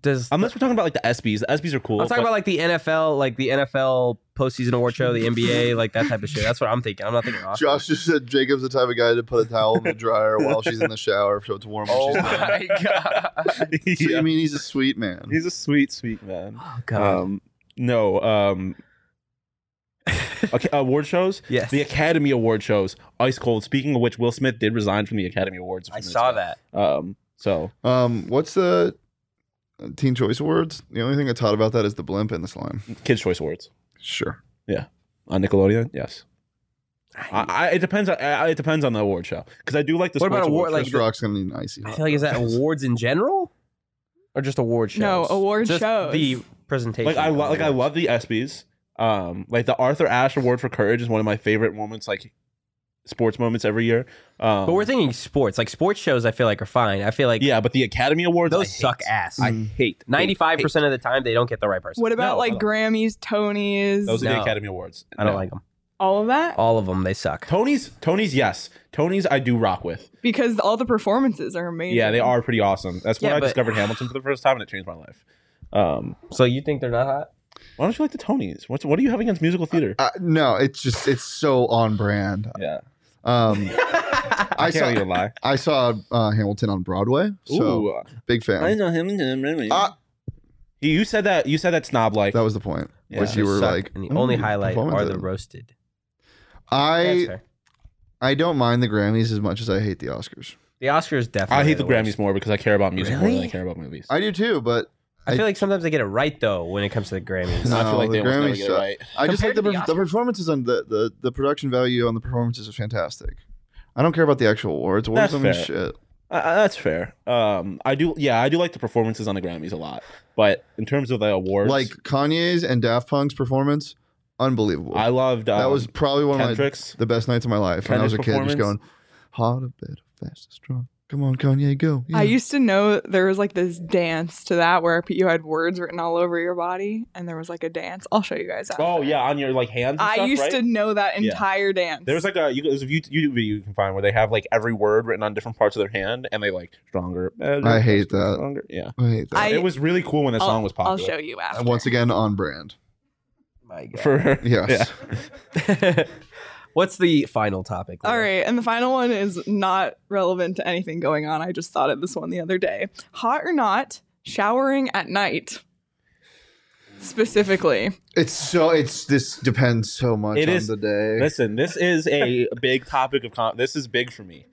A: does
C: Unless we're talking about like the ESPYS. The ESPYS are cool.
A: I'm talking
C: but
A: about like the NFL, like the NFL postseason award show, the NBA, like that type of shit. That's what I'm thinking. I'm not thinking Oscars.
B: Josh just said Jacob's the type of guy to put a towel in the dryer while she's in the shower so it's warm.
A: Oh
B: when she's done.
A: my god.
B: So
C: Yeah.
B: you mean he's a sweet man?
C: Um, he's a sweet, sweet man.
A: Oh god.
C: Um, no, um, ac- award shows.
A: Yes.
C: The Academy Award shows. Ice cold. Speaking of which, Will Smith did resign from the Academy Awards. a few
A: I
C: minutes
A: saw
C: ago.
A: that.
C: Um, so
B: Um, what's the Teen Choice Awards? The only thing I taught about that is the blimp and the slime.
C: Kids Choice Awards
B: Sure.
C: on Nickelodeon. Yes. I, I, it depends. on- I, it depends on the award show because I do like the.
A: What
C: sports
A: about award-
C: award?
A: Like
B: Chris
A: the-
B: Rock's gonna need an icy.
A: I
B: hot
A: feel like is that
B: dog.
A: awards in general, or just award shows?
F: No, award
A: Just
F: shows.
A: The presentation.
C: like I
A: of
C: lo- like I
A: awards.
C: love the ESPYS. Um, like the Arthur Ashe Award for Courage is one of my favorite moments, like sports moments every year. Um,
A: But we're thinking sports. Like sports shows, I feel like are fine. I feel like
C: yeah, but the Academy Awards I
A: those
C: hate.
A: suck ass.
C: I
B: Mm.
C: hate
A: Ninety-five percent of the time, they don't get the right person.
F: What about
C: No,
F: like
C: I don't-
F: Grammys, Tonys,
C: Those are the
A: No.
C: Academy Awards.
A: I don't
C: No.
A: like them.
F: all of that?
A: All of them, they suck.
C: Tony's. Tony's yes. Tony's I do rock with.
F: Because all the performances are amazing.
C: Yeah, they are pretty awesome. That's when
A: Yeah,
C: I
A: but-
C: discovered Hamilton for the first time, and it changed my life. Um,
A: So you think they're not hot?
C: why don't you like the Tonys? What's what do you have against musical theater?
B: Uh, no, it's just it's so on brand.
C: yeah,
B: Um,
C: I,
B: I
C: can't
B: saw
C: even lie.
B: I saw uh, Hamilton on Broadway, so um,
C: Ooh,
B: big fan.
C: I know Hamilton. really.
B: Ah.
C: You- you said that. You said that snob like.
B: That was the point.
C: Yeah.
B: was you
A: They
B: were
A: suck,
B: like
A: and the
B: "Oh,
A: only
B: you
A: highlight
B: performed
A: are
B: it."
A: the roasted. That's
B: I
A: fair.
B: I don't mind the Grammys as much as I hate the Oscars.
A: The Oscars definitely.
C: I hate
A: are
C: the
A: worst.
C: Grammys more because I care about music more than I
A: Really?
C: care about movies.
B: I do too, but
A: I feel like sometimes they get it right though when it comes to the Grammys.
B: No,
C: I feel like
B: the
C: they almost never
B: Grammys
C: get it
B: suck.
C: right.
B: I just like
A: Compared to
B: the, per-
A: the
B: the performances on the, the the production value on the performances are fantastic. I don't care about the actual awards. Awards
C: That's
B: don't mean
C: fair.
B: shit.
C: Uh, uh, that's fair. Um, I do. Yeah, I do like the performances on the Grammys a lot, but in terms of the awards,
B: Like Kanye's and Daft Punk's performance, unbelievable.
C: I loved um,
B: that was probably one of my,
C: Kendrick's.
B: the best nights of my life when I was a
C: Kendrick's
B: kid, just
C: performance.
B: going harder, better, faster, strong. Come on, Kanye, go! Yeah.
F: I used to know there was like this dance to that where you had words written all over your body, and there was like a dance. I'll show you guys. After.
C: Oh yeah, on your like hands. And
F: I
C: stuff,
F: used
C: right?
F: to know that
C: Yeah.
F: entire dance.
C: There's like a you, there's a YouTube video you can find where they have like every word written on different parts of their hand, and they like stronger. better,
B: I hate
C: faster,
B: that.
C: Stronger. Yeah,
B: I hate that.
F: I-
C: it was really cool when the
F: I'll-
C: song was
F: I'll
C: popular.
F: show you after.
B: Once again, on brand.
A: My God.
C: For
B: Yes.
A: What's the final topic?
F: All right, and the final one is not relevant to anything going on. I just thought of this one the other day. Hot or not, showering at night. Specifically,
B: It's so it's this depends so much
C: It
B: on
C: is-
B: the day.
C: listen, this is a big topic of con- this is big for me.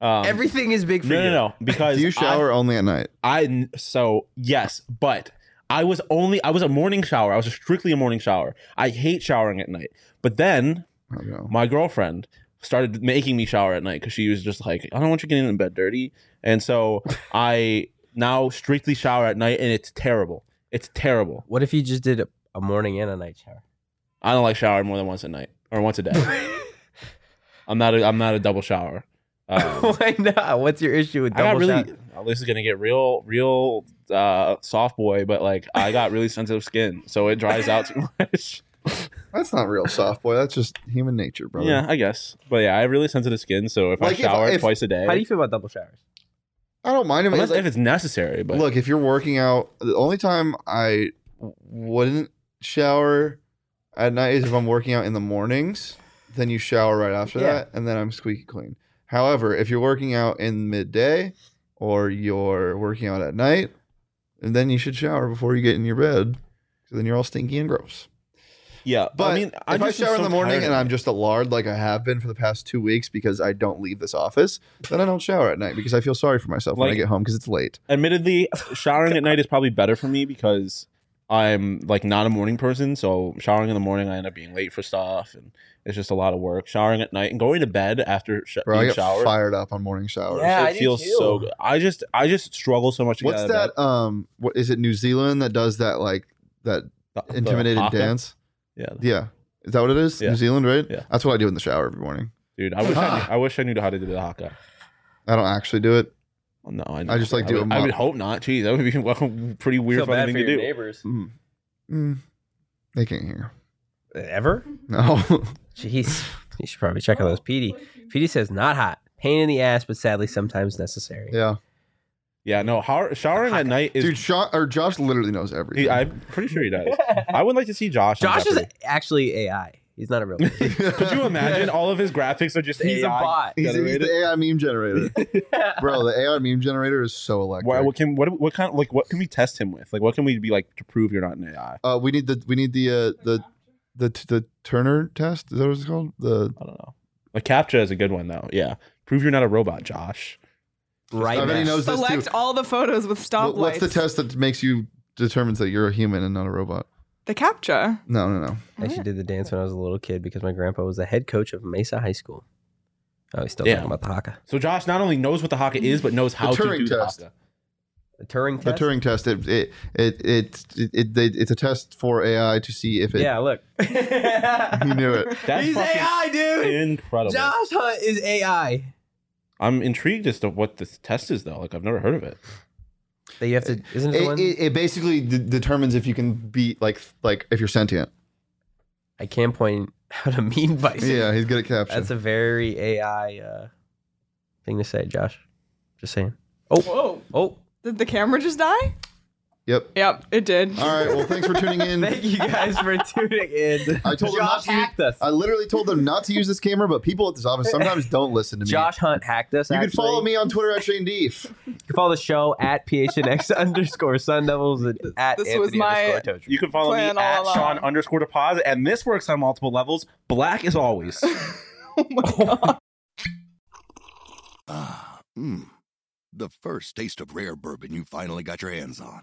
C: Um,
A: Everything is big for
C: no,
A: you.
C: no, no, because
B: Do you
C: I-
B: shower only at night?
C: I so yes, but I was only I was a morning shower. I was strictly a morning shower. I hate showering at night. But then
B: I don't know.
C: my girlfriend started making me shower at night because she was just like, I don't want you getting in bed dirty. And so I now strictly shower at night, and it's terrible. It's terrible.
A: What if you just did a, a morning and a night shower?
C: I don't like showering more than once a night or once a day. I'm not a I'm not a double shower. Um,
A: Why not? What's your issue with
C: I got
A: double
C: really.
A: shot?
C: Oh, this is gonna get real, real uh, soft boy, but like I got really sensitive skin, so it dries out too much.
B: That's not real soft boy. That's just human nature, brother.
C: yeah, I guess. But yeah, I have really sensitive skin, so if
B: Like,
C: I
B: if-
C: shower
B: if-
C: twice a day,
A: How do you feel about double showers?
B: I don't mind him.
C: unless
B: It's like-
C: if it's necessary. But
B: Look, if you're working out, the only time I wouldn't shower at night is if I'm working out in the mornings. Then you shower right after
A: Yeah.
B: that, and then I'm squeaky clean. However, if you're working out in midday or you're working out at night, and then you should shower before you get in your bed. So then you're all stinky and gross.
C: yeah,
B: But
C: I mean,
B: if
C: I'm
B: I
C: just
B: shower in
C: so
B: the morning
C: tired
B: and
C: of
B: I'm
C: it.
B: just a lard like I have been for the past two weeks because I don't leave this office, then I don't shower at night because I feel sorry for myself when I
C: Like-
B: get home because it's late.
C: admittedly showering at night is probably better for me because I'm like not a morning person, so showering in the morning I end up being late for stuff, and it's just a lot of work. Showering at night and going to bed after sh-
B: Bro, I
C: being
B: get
C: showered.
B: fired up on morning showers.
A: Yeah, I
C: it
A: do
C: feels
A: too.
C: so good. I just I just struggle so much to
B: What's
C: get out of
B: that? Um, what is it? New Zealand that does that like that
C: bed. The- the
B: intimidated
C: haka?
B: dance?
C: Yeah,
B: Yeah, is that what it is?
C: Yeah.
B: New Zealand, right?
C: Yeah.
B: That's what I do in the shower every morning.
C: dude. I wish I, knew, I wish I knew how to do the haka.
B: I don't actually do it.
C: Oh, no, I,
B: I just, like,
C: I
B: do
C: would,
B: a
C: I
B: mop.
C: would hope not. Jeez, that would be well, pretty weird
A: feel bad
C: fun thing
A: for
C: to
A: your
C: do.
A: neighbors.
B: Mm. Mm. They can't hear.
A: Ever?
B: No,
A: Jeez, you should probably check on those. PD. PD says not hot. Pain in the ass, but sadly sometimes necessary.
B: yeah,
C: Yeah, no. How, showering at night is.
B: dude. Sho- or Josh literally knows everything.
C: he- I'm pretty sure he does. I would like to see Josh. on
A: Josh is
C: Jeopardy.
A: actually AI. He's not a real. person.
C: Could you imagine all of his graphics are just
A: He's a
C: AI?
A: bot.
B: He's, he's
C: generated?
B: the AI meme generator, bro. The AI meme generator is so electric.
C: What, what can what what kind like what can we test him with? Like what can we be like to prove you're not an AI?
B: uh, we need the we need the uh, the the the Turner test is that what it's called? The
C: I don't know. A captcha is a good one though. Yeah, prove you're not a robot, Josh.
A: Right.
B: I bet he
A: now.
B: knows this too.
F: Select all the photos with stoplights.
B: Wh- What's the test that makes you determines that you're a human and not a robot?
F: The captcha.
B: No, no, no.
A: I actually did the dance when I was a little kid because my grandpa was the head coach of Mesa High School. Oh, he's still
C: Yeah.
A: talking about the haka.
C: So Josh not only knows what the haka is, but knows how to
B: Turing
C: do
B: test.
C: the haka.
A: The Turing
B: The
A: test.
B: Turing test. It it it it, it, it, it it's a test for AI to see if it.
A: Yeah, look.
B: He knew it.
C: That's
A: he's
C: fucking
A: AI, dude.
C: Incredible.
A: Josh Hunt is AI.
C: I'm intrigued as to what this test is though. Like I've never heard of it.
A: That you have to. Isn't it the
B: It,
A: one?
B: it, it basically d- determines if you can be like like if you're sentient.
A: I can point out a mean bison.
B: Yeah, he's good at capture.
A: That's a very AI uh, thing to say, Josh. Just saying. Oh,
F: Whoa.
A: oh.
F: Did the camera just die?
B: yep.
F: Yep, it did.
B: All right. Well, thanks for tuning in.
A: Thank you guys for tuning in.
B: I told him not
A: Josh
B: to-
A: hacked us.
B: I literally told them not to use this camera, but people at this office sometimes don't listen to me.
A: Josh Hunt hacked us.
B: you
A: actually.
B: can follow me on Twitter at Shane Deef.
A: You can follow the show at PHNX underscore Sun Devils and at
F: This
A: Anthony
F: was my-
A: underscore Toadry.
C: You can follow
F: Plan
C: me
F: all
C: at
F: along.
C: Sean underscore deposit, and this works on multiple levels. Black as always.
H: Ah, mmm. The first taste of rare bourbon you finally got your hands on.